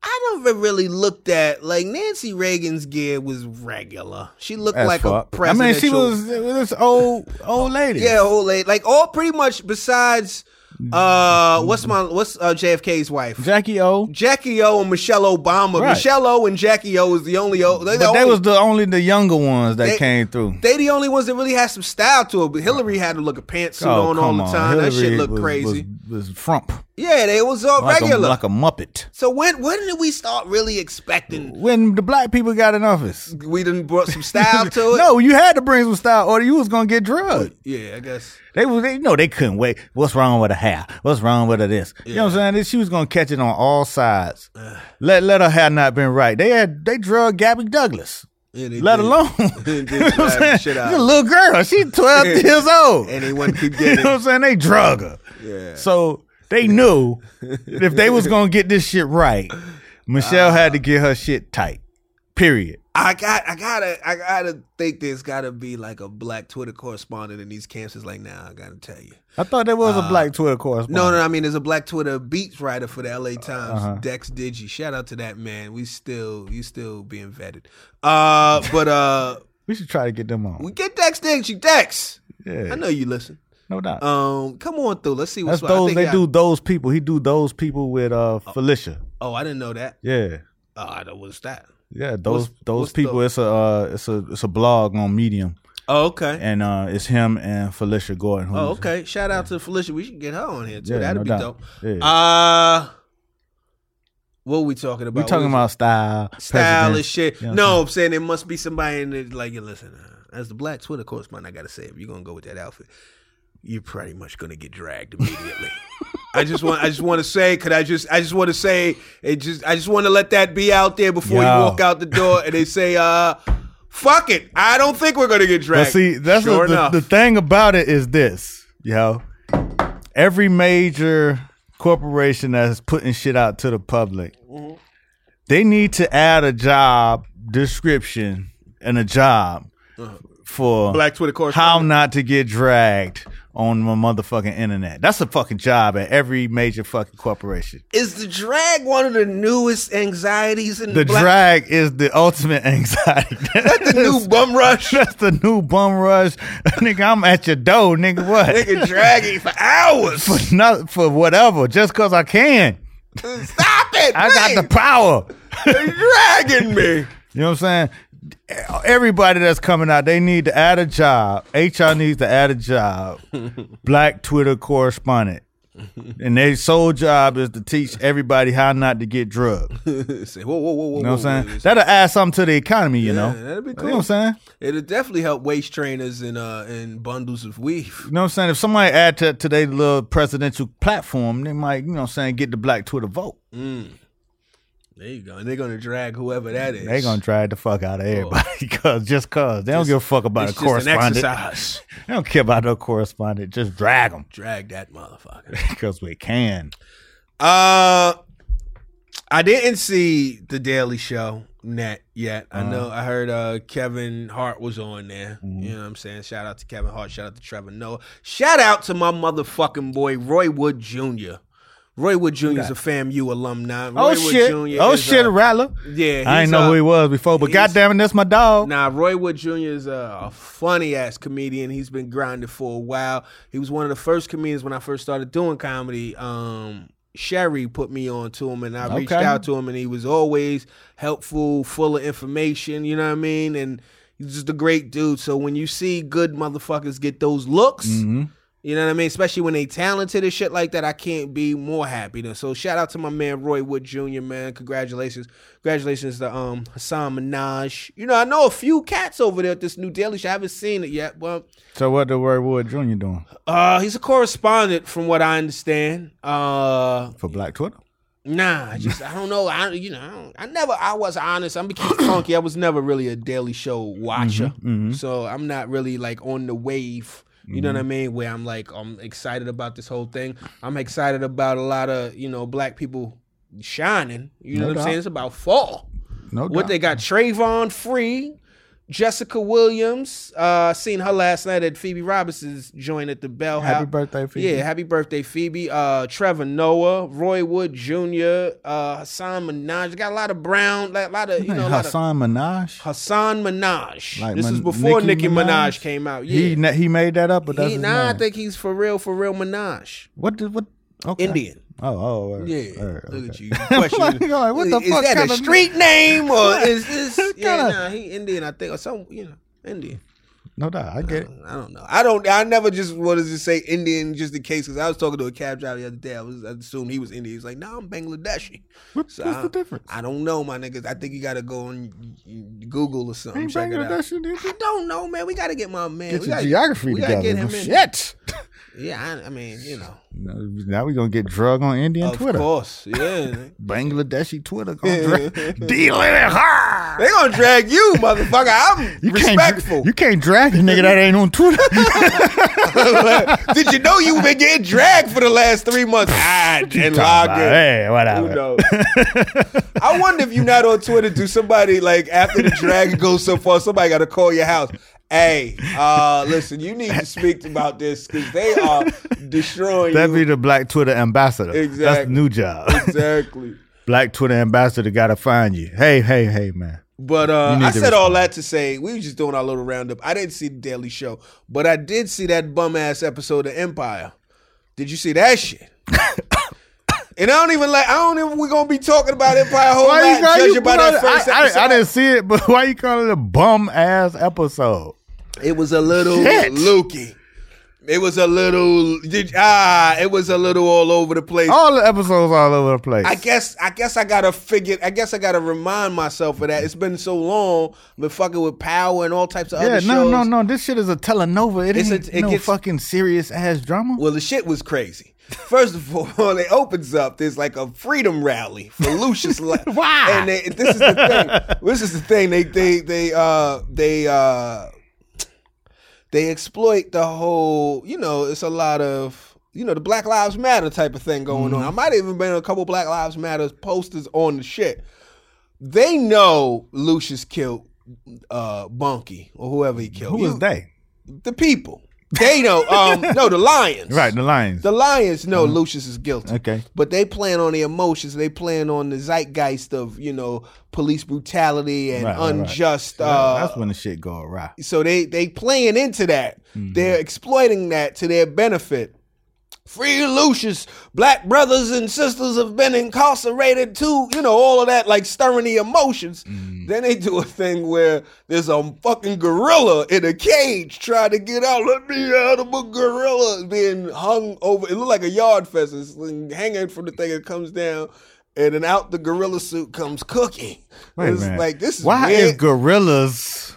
I never really looked at like Nancy Reagan's gear was regular. She looked As like fuck. a I presidential. Oh, mean, she was it was this old old lady. Yeah, old lady. Like all pretty much besides Mm. uh what's my what's uh, JFK's wife? Jackie O. Jackie O and Michelle Obama. Right. Michelle O and Jackie O is the only O they, the But they only- was the only the younger ones that They- came through. they the only ones that really had some style to it. But Hillary had to look a pantsuit Oh, on all come the time. that Hillary shit looked was- crazy. Was, was frump yeah, they was all like a, regular. like a muppet. so when when did we start really expecting When the black people got in office, we done brought some style to it? no, you had to bring some style, or you was gonna get drugged. Yeah, I guess. They was, they, no, they couldn't wait. What's wrong with her hair? What's wrong with her this? You know what I'm saying? This, she was gonna catch it on all sides. let let her hair not been right. They had they drugged Gabby Douglas. Yeah, they Let did. alone, They did you know what drive I'm the saying? She's shit out a of little girl. She's 12 years old. Anyone could you get know what I'm it. saying? They drug her. Yeah. So they knew that if they was gonna get this shit right, Michelle had Uh-huh. to get her shit tight. Period. I got I gotta I gotta think there's gotta be like a black Twitter correspondent in these camps. It's like, nah, I gotta tell you. I thought there was a black Twitter correspondent. Uh-huh. No, no, I mean, there's a Black Twitter beats writer for the LA Times, Uh-huh. Dex Digi. Shout out to that man. We still, you still being vetted. Uh, but uh, We should try to get them on. we get Dex Digi. Dex, I yeah, know you listen. no doubt. Um, come on through. Let's see what's That's I those. think They I- do those people. He do those people with uh Felicia. Oh, I didn't know that. Yeah, Oh, I don't- what's that? yeah. Those What's- those what's people. the- It's a uh, it's a it's a blog on Medium, Oh, okay. and uh it's him and Felicia Gordon. who's- Oh, okay. Shout out to Felicia. We should get her on here too. Yeah, That'd no be doubt. dope. Yeah. Uh, what we talking about? we talking What- about style, style president. and shit. You know what no, I'm saying there must be somebody in it. Like, listen, uh, as the black Twitter correspondent, I gotta say, if you're gonna go with that outfit, you're pretty much gonna get dragged immediately. I just want, I just want to say, could I just, I just want to say, it just, I just want to let that be out there before Yo. you walk out the door and they say, uh, fuck it, I don't think we're gonna get dragged. But see, that's the- sure the, enough. the thing about it is this, yo. Every major corporation that's putting shit out to the public, Mm-hmm. they need to add a job description and a job for Uh-huh. black Twitter correspondent. how not to get dragged on my motherfucking internet. That's a fucking job at every major fucking corporation. is the drag one of the newest anxieties in The black? drag is the ultimate anxiety. That's the new bum rush. That's the new bum rush. nigga, I'm at your door, nigga. What? Nigga dragging for hours. for not for whatever, just cause I can. Stop it! I got the please. power. They're dragging me. You know what I'm saying? Everybody that's coming out, they need to add a job. HR needs to add a job. Black Twitter correspondent. And their sole job is to teach everybody how not to get drugged. You Say, whoa, whoa, whoa, whoa. know what I'm saying? That'll add something to the economy, you know. that'd be You know cool. what I'm saying? It'll definitely help waist trainers and uh and bundles of weave. You know what I'm saying? If somebody add to, to their little presidential platform, they might, you know what I'm saying, get the black Twitter vote. There you go. And they're gonna drag whoever that is. They gonna drag the fuck out of everybody because just cause they don't give a fuck about it's Oh. a just an correspondent. exercise. They don't care about no correspondent. Just drag them Drag that motherfucker. because we can. Uh I didn't see the Daily Show net yet. I Uh-huh. know I heard uh Kevin Hart was on there. Mm-hmm. You know what I'm saying? Shout out to Kevin Hart, shout out to Trevor Noah. Shout out to my motherfucking boy Roy Wood Jr. Roy Wood Jr. is a FAMU alumni. Roy Oh Wood shit! Jr. oh is shit! a- A rattler. Yeah, I he's didn't know who a- he was before, but he's- goddamn it, that's my dog. Nah, Roy Wood Jr. is a, a funny ass comedian. He's been grinding for a while. He was one of the first comedians when I first started doing comedy. Um, Sherry put me on to him, and I reached Okay. out to him, and he was always helpful, full of information. You know what I mean? And he's just a great dude. So when you see good motherfuckers get those looks. You know what I mean? Especially when they talented and shit like that, I can't be more happy. Though. So shout out to my man Roy Wood Jr. Man, congratulations, congratulations to um Hassan Minaj. You know I know a few cats over there at this new Daily Show. I haven't seen it yet, but So what the Roy Wood Jr. doing uh, he's a correspondent from what I understand. Uh, for Black Twitter? Nah, I just I don't know. I you know I, don't, I never I was honest. I'm became funky. I was never really a Daily Show watcher, so I'm not really like on the wave You know what I mean? Where I'm like, I'm excited about this whole thing. I'm excited about a lot of, you know, black people shining. You know what I'm saying? It's about fall. No What doubt. they got Trayvon Free, Jessica Williams. Uh seen her last night at Phoebe Robinson's joint at the Bell Happy House. birthday, Phoebe. Yeah, happy birthday, Phoebe. Uh Trevor Noah, Roy Wood Jr., uh Hassan Minaj. Got a lot of brown, like a lot of you know, a lot of Hassan Minaj. Hassan Minaj. Like this Min- is before Nicki, Nicki Minaj? Minaj? came out. Yeah. He ne- he made that up, but that's He- his nah, I name. think he's for real, for real Minaj. what did what? Okay. Indian. Oh, oh, all right, Yeah. all right, Look at okay. you. Question. Like, what the is fuck that kind a of- street name or is this yeah, Kinda- nah, he Indian, I think, or some you know, Indian. No doubt, I get it. I don't know. I don't. I never just wanted to say Indian just in case because I was talking to a cab driver the other day. I was I assumed he was Indian. He's like, no, I'm Bangladeshi. What- So what's I- the difference? I don't know, my niggas. I think you got to go on Google or something. Ain't check it out. Bangladesh Indian? I don't know, man. We got to get my man. Get we your gotta, geography we gotta together. Get him in. Shit. Yeah, I, I mean, you know, Now we're gonna get drug on Indian of Twitter. course, yeah. Bangladeshi Twitter gonna drag dealing it hard. they gonna drag you, motherfucker. I'm You respectful. Can't, you can't drag a nigga that ain't on Twitter. Did you know you been getting dragged for the last three months? Ah, and logged in. Hey, whatever. Who knows? I wonder if you're not on Twitter, do somebody like after the drag goes so far, somebody got to call your house. Hey, uh, listen, you need to speak about this because they are destroying That'd you. be the Black Twitter ambassador. That's the Exactly. new job. exactly. Black Twitter ambassador gotta find you. Hey, hey, hey, man. But You uh, need I to said all respond. that to say we were just doing our little roundup. I didn't see the Daily Show, but I did see that bum ass episode of Empire. Did you see that shit? and I don't even like. I don't even. We're gonna be talking about Empire a whole Why you, lot. why Judge you by put that all- first I, episode. I, I didn't see it, but why you call it a bum ass episode? It was a little Shit. looky. It was a little did, ah. It was a little all over the place. All the episodes all over the place. I guess I guess I gotta figure. I guess I gotta remind myself of that. It's been so long. Been fucking with power and all types of yeah, other shows. no, no, no. This shit is a telenova. It It's a- ain't it no gets- fucking serious ass drama. Well, the shit was crazy. First of all, it opens up. There's like a freedom rally for Lucius. La- Why? And they, this is the thing. This is the thing. They they they uh they uh they exploit the whole. You know, it's a lot of you know the Black Lives Matter type of thing going Mm-hmm. on. I might have even been a couple Black Lives Matter posters on the shit. They know Lucius killed uh Bunky or whoever he killed. Who is You- they? The people. They know. Um, no, the Lions. Right, the Lions. Uh-huh. The Lions know Lucius is guilty. Okay. But they plan on the emotions. They plan on the zeitgeist of, you know, police brutality and Right, right, right. unjust uh That's when the shit go awry. so they they playing into that. Mm-hmm. They're exploiting that to their benefit. Free Lucius, black brothers and sisters have been incarcerated too. You know all of that, like stirring the emotions. Mm-hmm. Then they do a thing where there's a fucking gorilla in a cage trying to get out. Let me out! I'm a gorilla being hung over. It looked like a yard pheasant It's like hanging from the thing. It comes down, and then out the gorilla suit comes Cookie. Wait a it's minute. like this is Why weird. is gorillas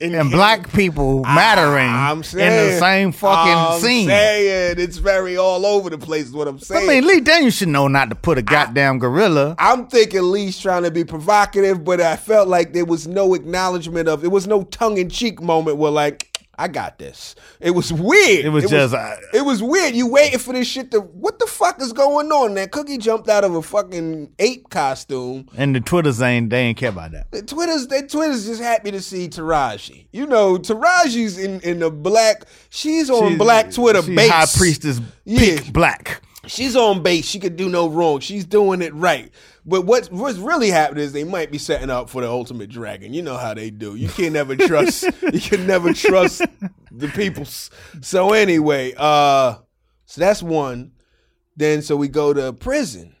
In- and black people mattering Ah, I'm in saying. the same fucking I'm scene? Saying it's very all over the place. Is what I'm I saying. I mean, Lee Daniels should know not to put a goddamn gorilla. am thinking Lee's trying to be provocative, but I felt like there was no acknowledgement of. It was no tongue in cheek moment where like. I got this. It was weird. It was just, uh, it was weird. You waiting for this shit to. What the fuck is going on? That cookie jumped out of a fucking ape costume. And the Twitter's ain't they ain't care about that. The Twitter's they Twitter's just happy to see Taraji. You know, Taraji's in in the black. She's on She's- black Twitter she's base. High priestess, Yeah. peak black. She's on base. She could do no wrong. She's doing it right. But what's, what's really happening is they might be setting up for the ultimate dragon. You know how they do. You can never trust. You can never trust the peoples. So anyway, uh, so that's one. Then so we go to prison,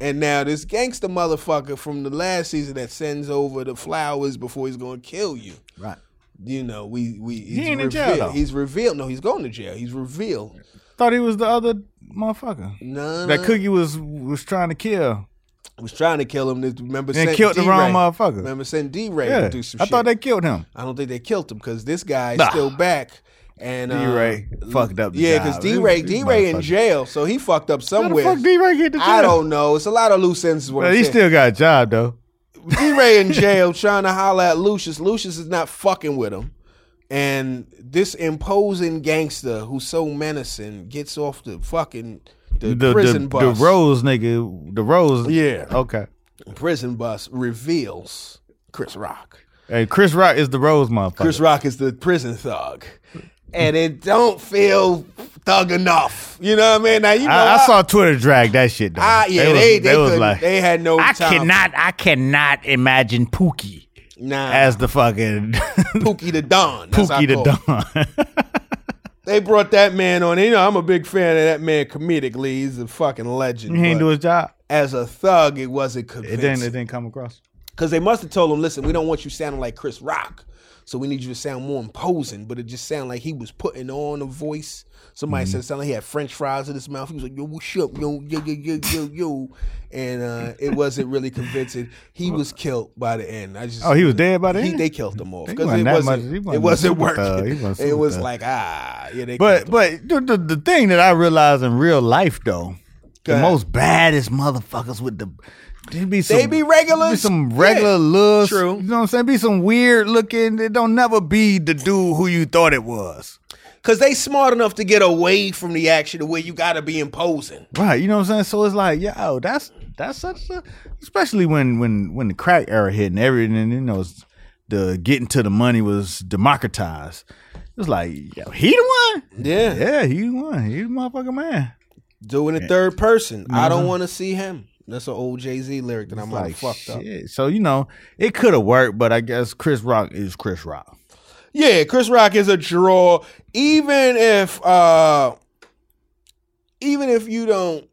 and now this gangster motherfucker from the last season that sends over the flowers before he's gonna kill you. Right. You know, we we he's ain't in jail, though. He's revealed. No, he's going to jail. He's revealed. Thought he was the other motherfucker No, that Cookie was was trying to kill was trying to kill him. This- Remember, and sent killed the wrong D-Ray. motherfucker. Remember, sent D Ray Yeah, to do some I shit. thought they killed him. I don't think they killed him because this guy is Nah. still back. And uh, D-Ray fucked up the yeah, job. because D Ray, This- this D Ray in motherfucker. jail, so he fucked up How the somewhere. fuck D-Ray get to jail? I don't know. It's a lot of loose ends. is what But I'm he saying. still got a job though. D Ray in jail trying to holler at Lucius. Lucius is not fucking with him. and this imposing gangster who's so menacing gets off the fucking the, The, prison the, the bus. Rose nigga, the Rose. Yeah. Okay. Prison bus reveals Chris Rock. Hey, Chris Rock is the Rose motherfucker. Chris Rock is the prison thug. And it don't feel thug enough. You know what I mean? Now you know I, I saw Twitter drag that shit. Though. I- yeah, was- they they, couldn't- they had no I time. cannot, I cannot imagine Pookie nah, as the fucking Pookie the Don. That's how I Pookie call the him. Don. They brought that man on. You know, I'm a big fan of that man comedically. He's a fucking legend. he ain't but do his job. as a thug, it wasn't It didn't, it convincing. didn't come across. Because they must have told him, listen, we don't want you sounding like Chris Rock. So we need you to sound more imposing. But it just sounded like he was putting on a voice. Somebody Mm-hmm. said it sounded like he had French fries in his mouth. He was like, yo, what's up? Yo, yo, yo, yo, yo, yo. And uh, it wasn't really convincing. He was killed by the end. I just Oh, he was dead by the He- end? they killed him off He because wasn't it that wasn't, much- he wasn't it wasn't super thug. He working. wasn't it super was thug. like ah yeah they But killed but the, the, the thing that I realized in real life though, Go the ahead. most baddest motherfuckers with the they be some, be regulars. be some Yeah. regular looks. True. You know what I'm saying? Be some weird looking. It don't never be the dude who you thought it was. because they smart enough to get away from the action to where you got to be imposing. Right. You know what I'm saying? So it's like, yo, that's that's such a especially when when when the crack era hit and everything, you know, it's- the getting to the money was democratized. It was like, yo, he the one? Yeah. Yeah, he the one. He the motherfucking man. Do it in third person. I don't want to see him. That's an old Jay Z lyric that I might have Mm-hmm. like fucked up. shit. So you know, it could have worked, but I guess Chris Rock is Chris Rock. Yeah, Chris Rock is a draw. Even if uh even if you don't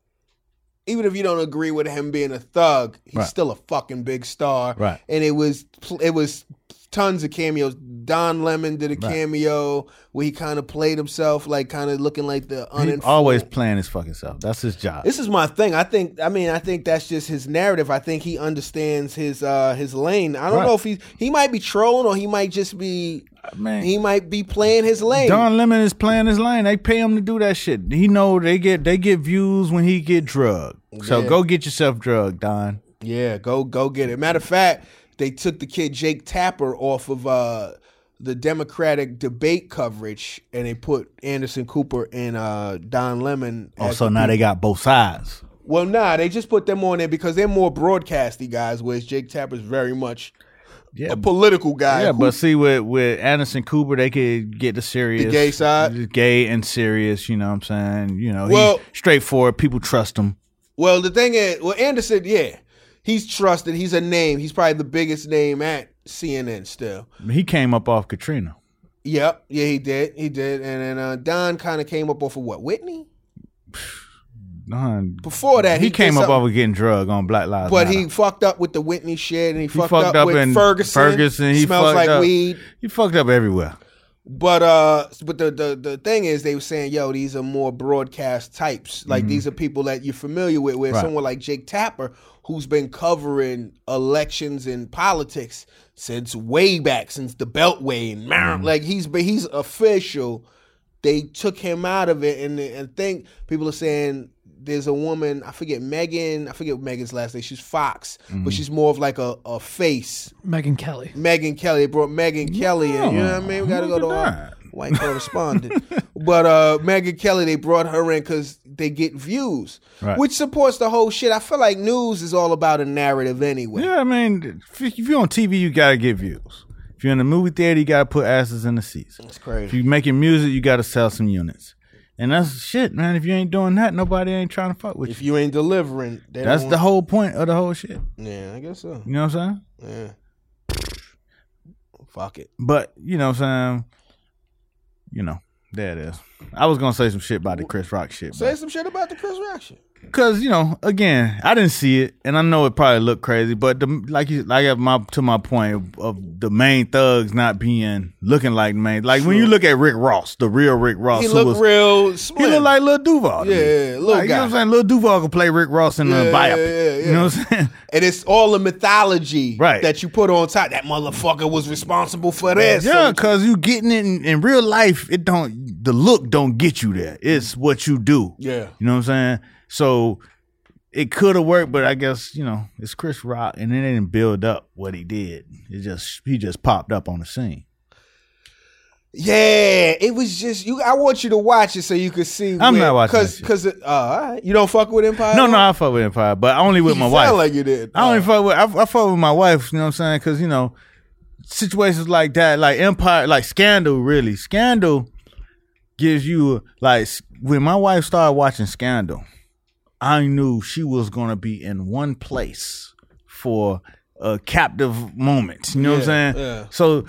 even if you don't agree with him being a thug, he's Right. still a fucking big star. Right. And it was it was tons of cameos. Don Lemon did a cameo where he kind of played himself, like kind of looking like the He uninformed. always playing his fucking self. That's his job. This is my thing. I think. I mean, I think that's just his narrative. I think he understands his uh his lane. I don't Right. know if he he might be trolling or he might just be Man. he might be playing his lane. Don Lemon is playing his lane. They pay him to do that shit. He know they get they get views when he get drugged. So Yeah. go get yourself drugged, Don. Yeah, go go get it. Matter of fact, they took the kid Jake Tapper off of uh the Democratic debate coverage and they put Anderson Cooper and uh Don Lemon. as Also the Oh, now they got both sides. Well, nah, they just put them on there because they're more broadcasty guys, whereas Jake Tapper's very much Yeah, a political guy. yeah, who- but see with with Anderson Cooper, they could get the serious, The gay side? gay and serious. You know what I'm saying? You know, Well- he's straightforward. People trust him. Well, the thing is, well, Anderson, yeah, he's trusted. He's a name. He's probably the biggest name at CNN still. He came up off Katrina. Yep, yeah, he did, he did. And then uh, Don kind of came up off of what Whitney. Don Before that, he, he, came did up something, over getting drug on Black Lives but Matter. he fucked up with the Whitney shit, and he, fucked, fucked up up with in Ferguson. Ferguson, he smells fucked like up. weed. he fucked up everywhere. But uh, but the, the the thing is, they were saying, yo, these are more broadcast types. Like these are people that you're familiar with. Where Right. someone like Jake Tapper, who's been covering elections and politics since way back, since the Beltway and Mar- like he's but he's official. They took him out of it, and and think people are saying there's a woman I forget Megan, I forget Megan's last name. She's Fox, but she's more of like a a face. Megan Kelly. Megan Kelly. They brought Megan Kelly in. You know what I mean? We got to go to look at our white correspondent. but uh, Megan Kelly, they brought her in because they get views, Right. which supports the whole shit. I feel like news is all about a narrative anyway. Yeah, I mean, if if you're on TV, you gotta get views. If you're in a movie theater, you gotta put asses in the seats. It's If crazy. you're making music, you gotta sell some units. And that's shit, man. If you ain't doing that, nobody ain't trying to fuck with you. If you ain't delivering, they That's don't- the whole point of the whole shit. Yeah, I guess so. You know what I'm saying? Yeah. Fuck it. But you know what I'm saying? You know, there it is. I was gonna say some shit about the Chris Rock shit. but- Say some shit about the Chris Rock shit. Cause you know, again, I didn't see it, and I know it probably looked crazy, but the, like you, like at my to my point of, of the main thugs not being looking like the main. Like when you look at Rick Ross, the real Rick Ross, He who looked Uh, was- real slim. he looked like Lil Duval. to me. Yeah, little like, you know guy. what I'm saying. Lil Duval can play Rick Ross in Yeah, a biopic. yeah, yeah, You know yeah. what I'm saying? and it's all the mythology Right. that you put on top. That motherfucker was responsible for this. Yeah, So- cause you getting it in, in real life. It don't the look don't get you there. It's what you do. Yeah. you know what I'm saying. So it could have worked, but I guess you know it's Chris Rock, and it didn't build up what he did. It just he just popped up on the scene. Yeah, it was just you. I want you to watch it so you could see. I'm not watching because that shit. because uh, all right. you don't fuck with Empire. No, no, I fuck with Empire, but only with my you wife. Sound like you did. I don't even fuck with. I, I fuck with my wife. You know what I'm saying? Because you know, situations like that, like Empire, like Scandal, really. Scandal gives you like s- when my wife started watching Scandal, I knew she was gonna be in one place for a captive moment. You know what Yeah, I'm saying? yeah. So.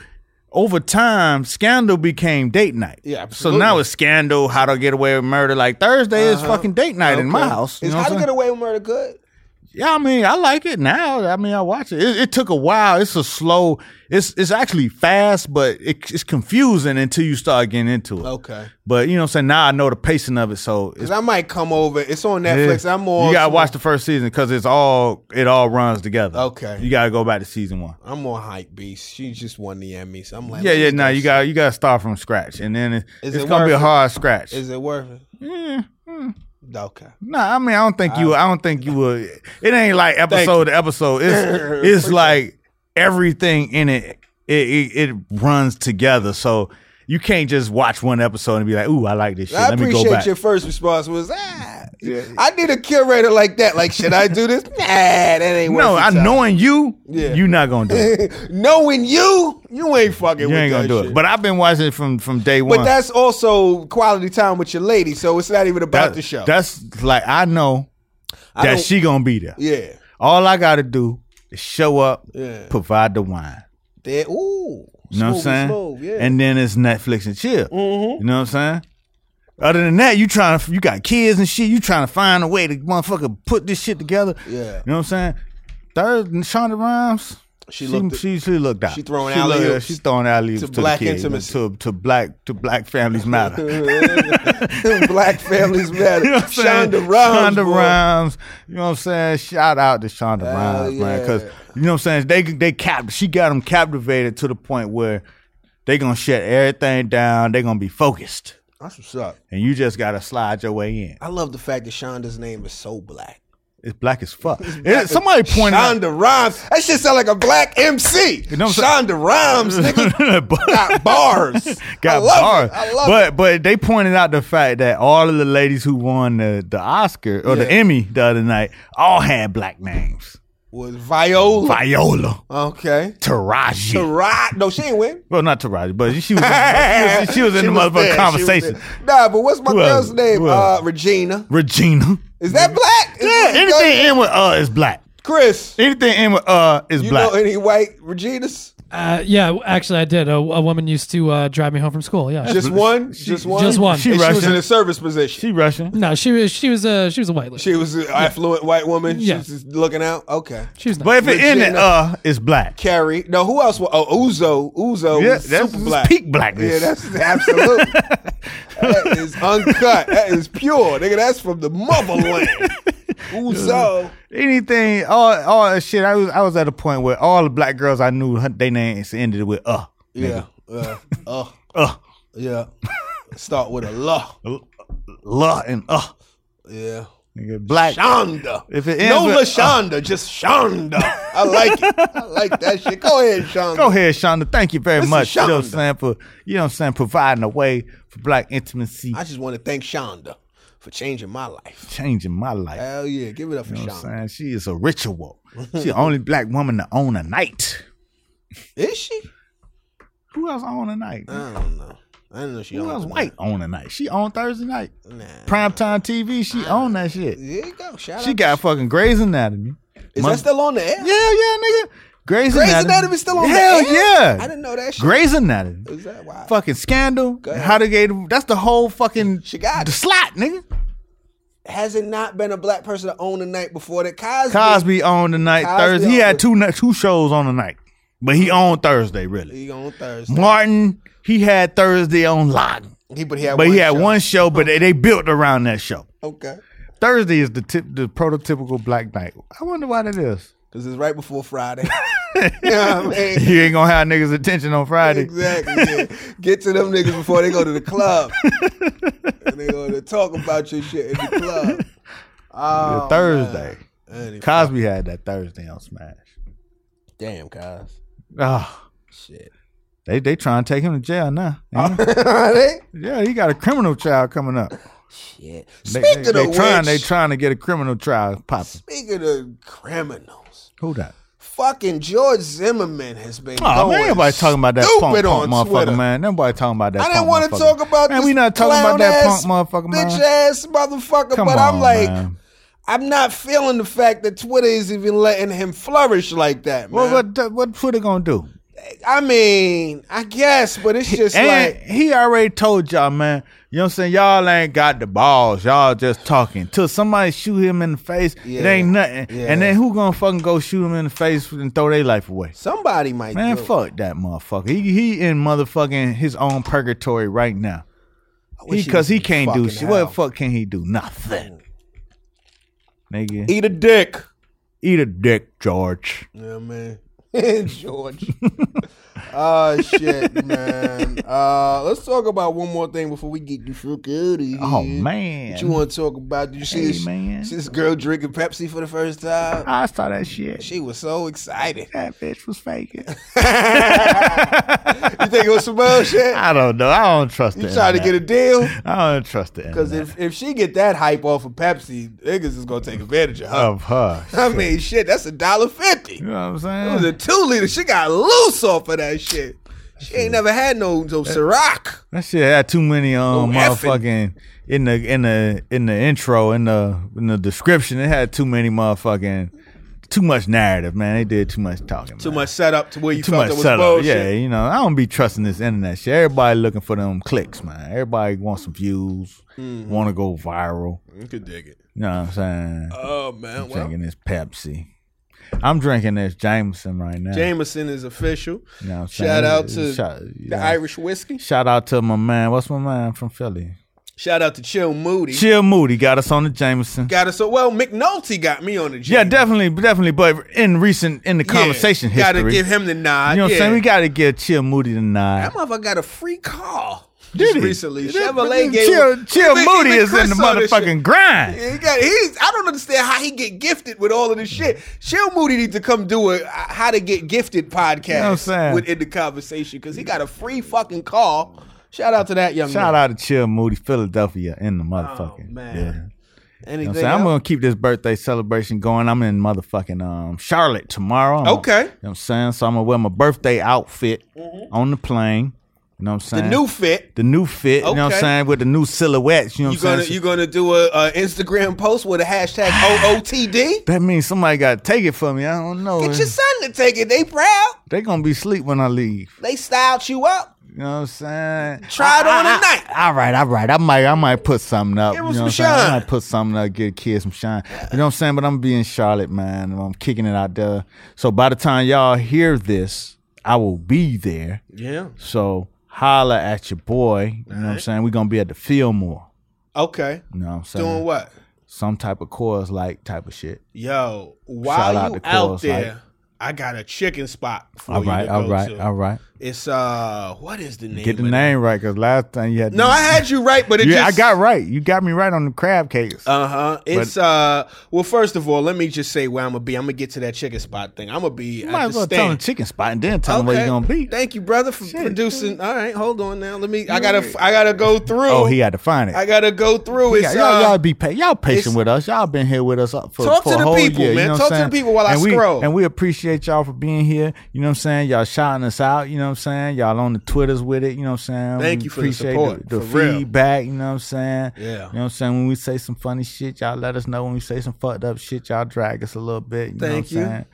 Over time, Scandal became date night. Yeah, So now absolutely. it's Scandal, How to Get Away with Murder. Like Thursday is fucking date night in my house. You Is know what How I'm to saying? Get Away with Murder good? Yeah, I mean, I like it now. I mean, I watch it. It, it took a while. It's a slow. It's it's actually fast, but it, it's confusing until you start getting into it. Okay. But you know, what I'm saying now I know the pacing of it, so it's, Because I might come over. It's on Netflix. I'm all You gotta watch the first season because it's all it all runs together. Okay. you gotta go back to season one. I'm on hype beast. She just won the Emmys. I'm like, Yeah, let me yeah. No, start you got to you gotta start from scratch, and then it, Is it's it gonna be worth a it? hard scratch. Is it worth it? Mm, Okay. No, I mean I don't think you. I don't think you would. It ain't like episode to episode. It's it's like everything in it. It, it it runs together. So you can't just watch one episode and be like, "Ooh, I like this shit." I Let me go appreciate back. your first response was ah. I need a curator like that. Like, should I do this? Nah, that ain't. worth no, your I time. knowing you, Yeah. you're not gonna do it. Knowing you, you ain't fucking. You with ain't gonna that do shit. it. But I've been watching it from from day one. But that's also quality time with your lady, so it's not even about That- the show. That's like I know I that don't- she gonna be there. yeah. All I gotta do is show up, Yeah. provide the wine. That, ooh, You know what I'm Smooth saying? and smooth, yeah. And then it's Netflix and chill. Mm-hmm. You know what I'm saying? Other than that, you trying to you got kids and shit. You trying to find a way to motherfucker put this shit together. Yeah. You know what I'm saying? Third, Shonda Rhimes. She looked- She, she looked out. she throwing looked- alley-oops She throwing alley to to, black the kids, intimacy. to to black to black families matter. Black families matter. You know what I'm saying? Shonda Rhimes. Shonda boy. Rhimes. You know what I'm saying? Shout out to Shonda Rhimes, man. yeah. Because you know what I'm saying? They they cap. She got them captivated to the point where they gonna shut everything down. They gonna be focused, That's what's up. and you just gotta slide your way in. I love the fact that Shonda's name is so black. It's black as fuck. It- somebody pointed out. Shonda Rhimes. That shit sound like a black MC. know what I'm Shonda Rhimes, nigga. got bars. I Got love barred. It. I love but it. but they pointed out the fact that all of the ladies who won the, the Oscar or the Yeah. Emmy the other night all had black names. Was Viola. Viola, okay. Taraji. The Rock. No, she ain't win. Well, not Taraji, but she was she was, she was in the motherfucking there, she was conversation. there. Nah, but what's my Who else? girl's name? Who else? Uh, Regina. Regina. Is that black? Is Yeah, that- anything in with uh is black. Chris, Anything in with uh is you black. know any white Reginas? Uh, yeah, w- actually, I did. A, a woman used to uh, drive me home from school. Yeah, Just one? Just one? just one. She And she was Russian. in a service position. she Russian. no, she was she was a she was a white lady. She, She was an affluent white woman. Yeah. She's just looking out. Okay. was nice. But if it in it Regina. uh is black. Carrie. No, who else? wa- Oh, Uzo. Uzo. Yeah, was that's super black. peak blackness. Yeah, that's absolute. that is uncut. That is pure, nigga. That's from the motherland. Uzo. Anything all all that shit. I was I was at a point where all the black girls I knew hun- they names ended with uh. Yeah. Uh, uh, Uh yeah. Start with a law. la and uh. Yeah. Nigga, black Shonda. If it ends no with- uh, LaShonda, just Shonda. I like it. I like that shit. Go ahead, Shonda. Go ahead, Shonda. Thank you very This is much. You know what I'm Shonda. saying? For you know what I'm saying, providing a way for black intimacy. I just want to thank Shonda for changing my life. changing my life. Hell yeah. Give it up for You know what I'm Shonda. saying? She is a ritual. She the only black woman to own a night. Is she? Who else own a night? I don't know. I don't know if she Who owned else it. white own a night? She on Thursday night. Nah. Primetime TV, she uh, own that shit. There you go. Shout She out. got fucking Grey's Anatomy. Is Mon- that still on the air? Yeah, yeah, nigga. Grey's, Grey's Anatomy. Anatomy still on the Hell air? yeah. I didn't know that shit. Grey's Anatomy. Is that wow? Fucking Scandal. ahead. How to get that's the whole fucking She got the it. slot, nigga. Has it not been a black person to own the night before that? Cosby. Cosby on the night Cosby Thursday. He owned had it. two ni- two shows on the night, but he owned Thursday really. He on Thursday. Martin, he had Thursday on lock, He, but he had but one he had show. one show, but they, they built around that show. Okay. Thursday is the tip, the prototypical black night. I wonder why that is. Because it's right before Friday. you know what I mean? You ain't gonna have niggas' attention on Friday. Exactly. yeah. Get to them niggas before they go to the club. and they going to talk about your shit in the club. Yeah, Oh, Thursday, man. And he- Cosby had that Thursday on Smash. Damn, Cos. Ah, Shit. They they trying to take him to jail now. you know? Right? yeah, he got a criminal trial coming up. Shit. They, Speaking they, they of trying they which, trying to get a criminal trial popping. speaking of criminals, Who that? fucking George Zimmerman has been. Oh going man, everybody talking about that punk, stupid punk on motherfucker, Twitter. man. Nobody talking about that. I didn't punk want to motherfucker. talk about man. this we not talking about that clown-ass, punk motherfucker, man. bitch ass motherfucker. Come but I'm on, like, man. I'm not feeling the fact that Twitter is even letting him flourish like that, man. Well, what what Twitter gonna do? I mean, I guess, but it's just and like he already told y'all, man. You know what I'm saying? Y'all ain't got the balls. Y'all just talking. Till somebody shoot him in the face, it Yeah. ain't nothing. Yeah. And then who gonna fucking go shoot him in the face and throw their life away? somebody might Man, do it. fuck that motherfucker. He he in motherfucking his own purgatory right now. I wish Because was he, in can't do fucking shit. hell. What the fuck can he do? Nothing. Nigga, Eat a dick. eat a dick, George. Yeah, man. George. oh shit, man. Uh, let's talk about one more thing before we get the fuck out of here. Oh man, What you want to talk about? Did you see, Hey, this, man. see this girl drinking Pepsi for the first time? I saw Mm. that shit. She was so excited. that bitch was faking. You think it was some bullshit? I don't know. I don't trust You it. trying to get a deal? I don't trust it. Because if, if she get that hype off of Pepsi, niggas is gonna take advantage of her. of Mm. her, I mean, shit, that's a dollar fifty. Oh, you know what It I'm was a saying? two liter. She got loose off of that shit. She ain't never had no no Ciroc. That shit had too many um No effing. motherfucking in the in the in the intro in the in the description. It had too many motherfucking too much narrative, man. They did too much talking. Too man. much setup to where you Too felt much it was setup. bullshit. Yeah, you know, I don't be trusting this internet shit. Everybody looking for them clicks, man. Everybody wants some views, Mm-hmm. want to go viral. You could dig it. You know what I'm saying? Oh man, well, drinking this Pepsi. I'm drinking this Jameson right now. Jameson is official. You know what I'm Shout saying? out to Shout- the yeah. Irish whiskey. Shout out to my man. What's my man from Philly? Shout out to Chill Moody. Chill Moody got us on the Jameson. got us so well. McNulty got me on the Jameson. Yeah, definitely, definitely. But in recent, in the Yeah, conversation Gotta history, give him the nod. you know what yeah. I'm saying? We gotta give Chill Moody the That nine. motherfucker got a free car Did just he? recently. Did- Chevrolet did- gave Chill, Chill Even- Moody even is in Chris the saw this shit. motherfucking grind. He got, he's, I don't understand how he get gifted with all of this shit. Chill Moody needs to come do a uh, how to get gifted podcast what I'm saying? within the conversation because he got a free fucking call. Shout out to that young Shout man. out to Chill Moody, Philadelphia, in the motherfucking. Oh, man. Yeah. You know what I'm Anything saying? I'm else? gonna keep this birthday celebration going. I'm in motherfucking um Charlotte tomorrow. I'm- Okay. Mm-hmm. You know what I'm saying? So I'm gonna wear my birthday outfit on the plane. You know what I'm saying? the new fit. the new fit, you know what I'm Okay. saying, with the new silhouettes, you know You what I'm gonna saying? you gonna do a, a Instagram post with a hashtag OOTD? that means somebody got to take it for me. I don't know. Get your son to take it. They proud. they going to be asleep when I leave. They styled you up. You know what I'm saying? Try it I- on I- tonight. I- all right, all right. I might I might put something up. Give you know them what I'm some saying? shine. I might put something up, get kids some shine. You know what I'm saying? But I'm going to be in Charlotte, man. and I'm kicking it out there. So by the time y'all hear this, I will be there. Yeah. So holla at your boy. You know what I'm saying? We're going to be at the Fillmore. Okay. You know what I'm saying? Doing what? Some type of chorus like type of shit. Yo, Shout while out you to out Coors there, Light. I got a chicken spot for All Oh, you right, to all go right, to. all right. It's uh, what is the name? Get the of it? name right, cause last time you had No, I had you right, but it yeah, just I got right. You got me right on the crab cakes. Uh huh. It's uh. Well, first of all, let me just say where I'm gonna be. I'm gonna get to that chicken spot thing. I'm gonna be. you at might the as well stand. tell them chicken spot and then tell them where you gonna be. Thank you, brother, for Shit. producing. All right, hold on now. Let me. I gotta. I gotta go through. oh, he had to find it. I gotta go through. Yeah, It's y'all, uh, y'all be pa- y'all patient it's- with us. Y'all been here with us up for, Talk for to a the whole people, year, you man. know what Talk to I'm the saying? people while I and we, scroll. And we appreciate y'all for being here. You know what I'm saying? Y'all shouting us out. You know what I'm saying? Y'all on the Twitters with it. You know what I'm saying? Thank We you for the appreciate support, The, for real. feedback. You know what I'm saying? Yeah. You know what I'm saying? When we say some funny shit, y'all let us know. When we say some fucked up shit, y'all drag us a little bit. You Thank know you. what I'm saying?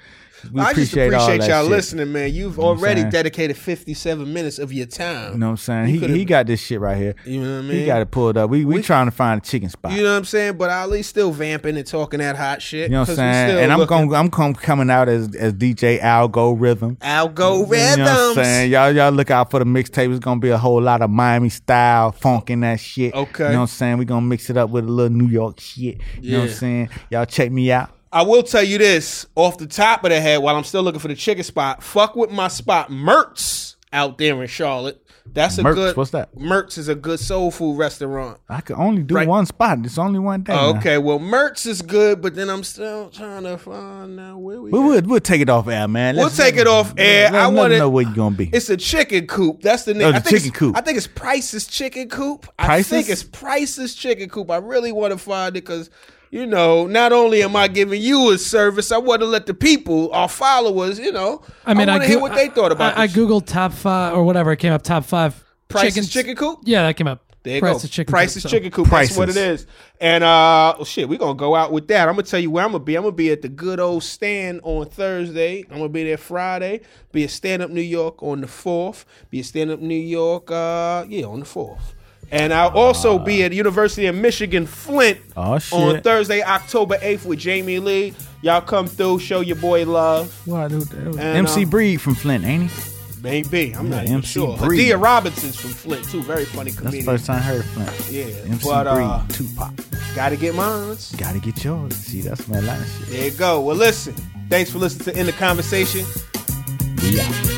We I just all appreciate that y'all shit. listening, man. You've what I'm already saying? dedicated 57 minutes of your time. You know what I'm saying? You He, could've- he got this shit right here. You know what I mean? He got it pulled up. We we, trying to find a chicken spot. You know what I'm saying? But Ali's still vamping and talking that hot shit. You know what 'cause I'm we saying? still And I'm looking- going I'm com- coming out as as DJ Algorithm. algorithms. You know what I'm saying? Y'all y'all look out for the mixtape. It's gonna be a whole lot of Miami style funk in that shit. Okay. You know what I'm saying? We're gonna mix it up with a little New York shit. You know what I'm Yeah. saying? Y'all check me out. I will tell you this off the top of the head while I'm still looking for the chicken spot. Fuck with my spot, Mertz out there in Charlotte. That's a Merck's, good. what's that? Merck's is a good soul food restaurant. I could only do Right. Oh, one spot. It's only one day. now. Okay, well, Mertz is good, but then I'm still trying to find out where we. We at. would we'll take it off air, man. We'll take it off air. Let I them wanna- know where you're gonna be. It's a chicken coop. That's the name. Oh, the I think it's- chicken coop. I think it's Price's Chicken Coop. Price's? I think it's Price's Chicken Coop. I really want to find it because, you know, not only am I giving you a service, I want to let the people, our followers, you know, I mean, I, want to hear goo- what they thought about I, I this. googled top five or whatever. It came up top five. Price's chickens- Chicken Coop? Yeah, that came up. There you Price's go. Chicken Price Coop, is so. Chicken Coop. That's what it Prices. is. And uh, oh, shit, we're gonna go out with that. I'm gonna tell you where I'm gonna be. I'm gonna be at the good old stand on Thursday. I'm gonna be there Friday. Be at Stand Up New York on the fourth. Be at Stand Up New York. Uh, yeah, on the fourth. And I'll also be at University of Michigan Flint Aw, Ah. shit. on Thursday, October eighth, with Jamie Lee. Y'all come through, show your boy love. Well, I do- that was- And, MC um, Breed from Flint, ain't he? Maybe I'm not even MC sure. Breed. Adia Robinson's from Flint too. Very funny That's the comedian. first time I heard of Flint. Yeah, MC but, uh, Breed, Tupac. Gotta get mines. Gotta get yours. See, that's my line shit. There you go. Well, listen. Thanks for listening to In the Conversation. We out.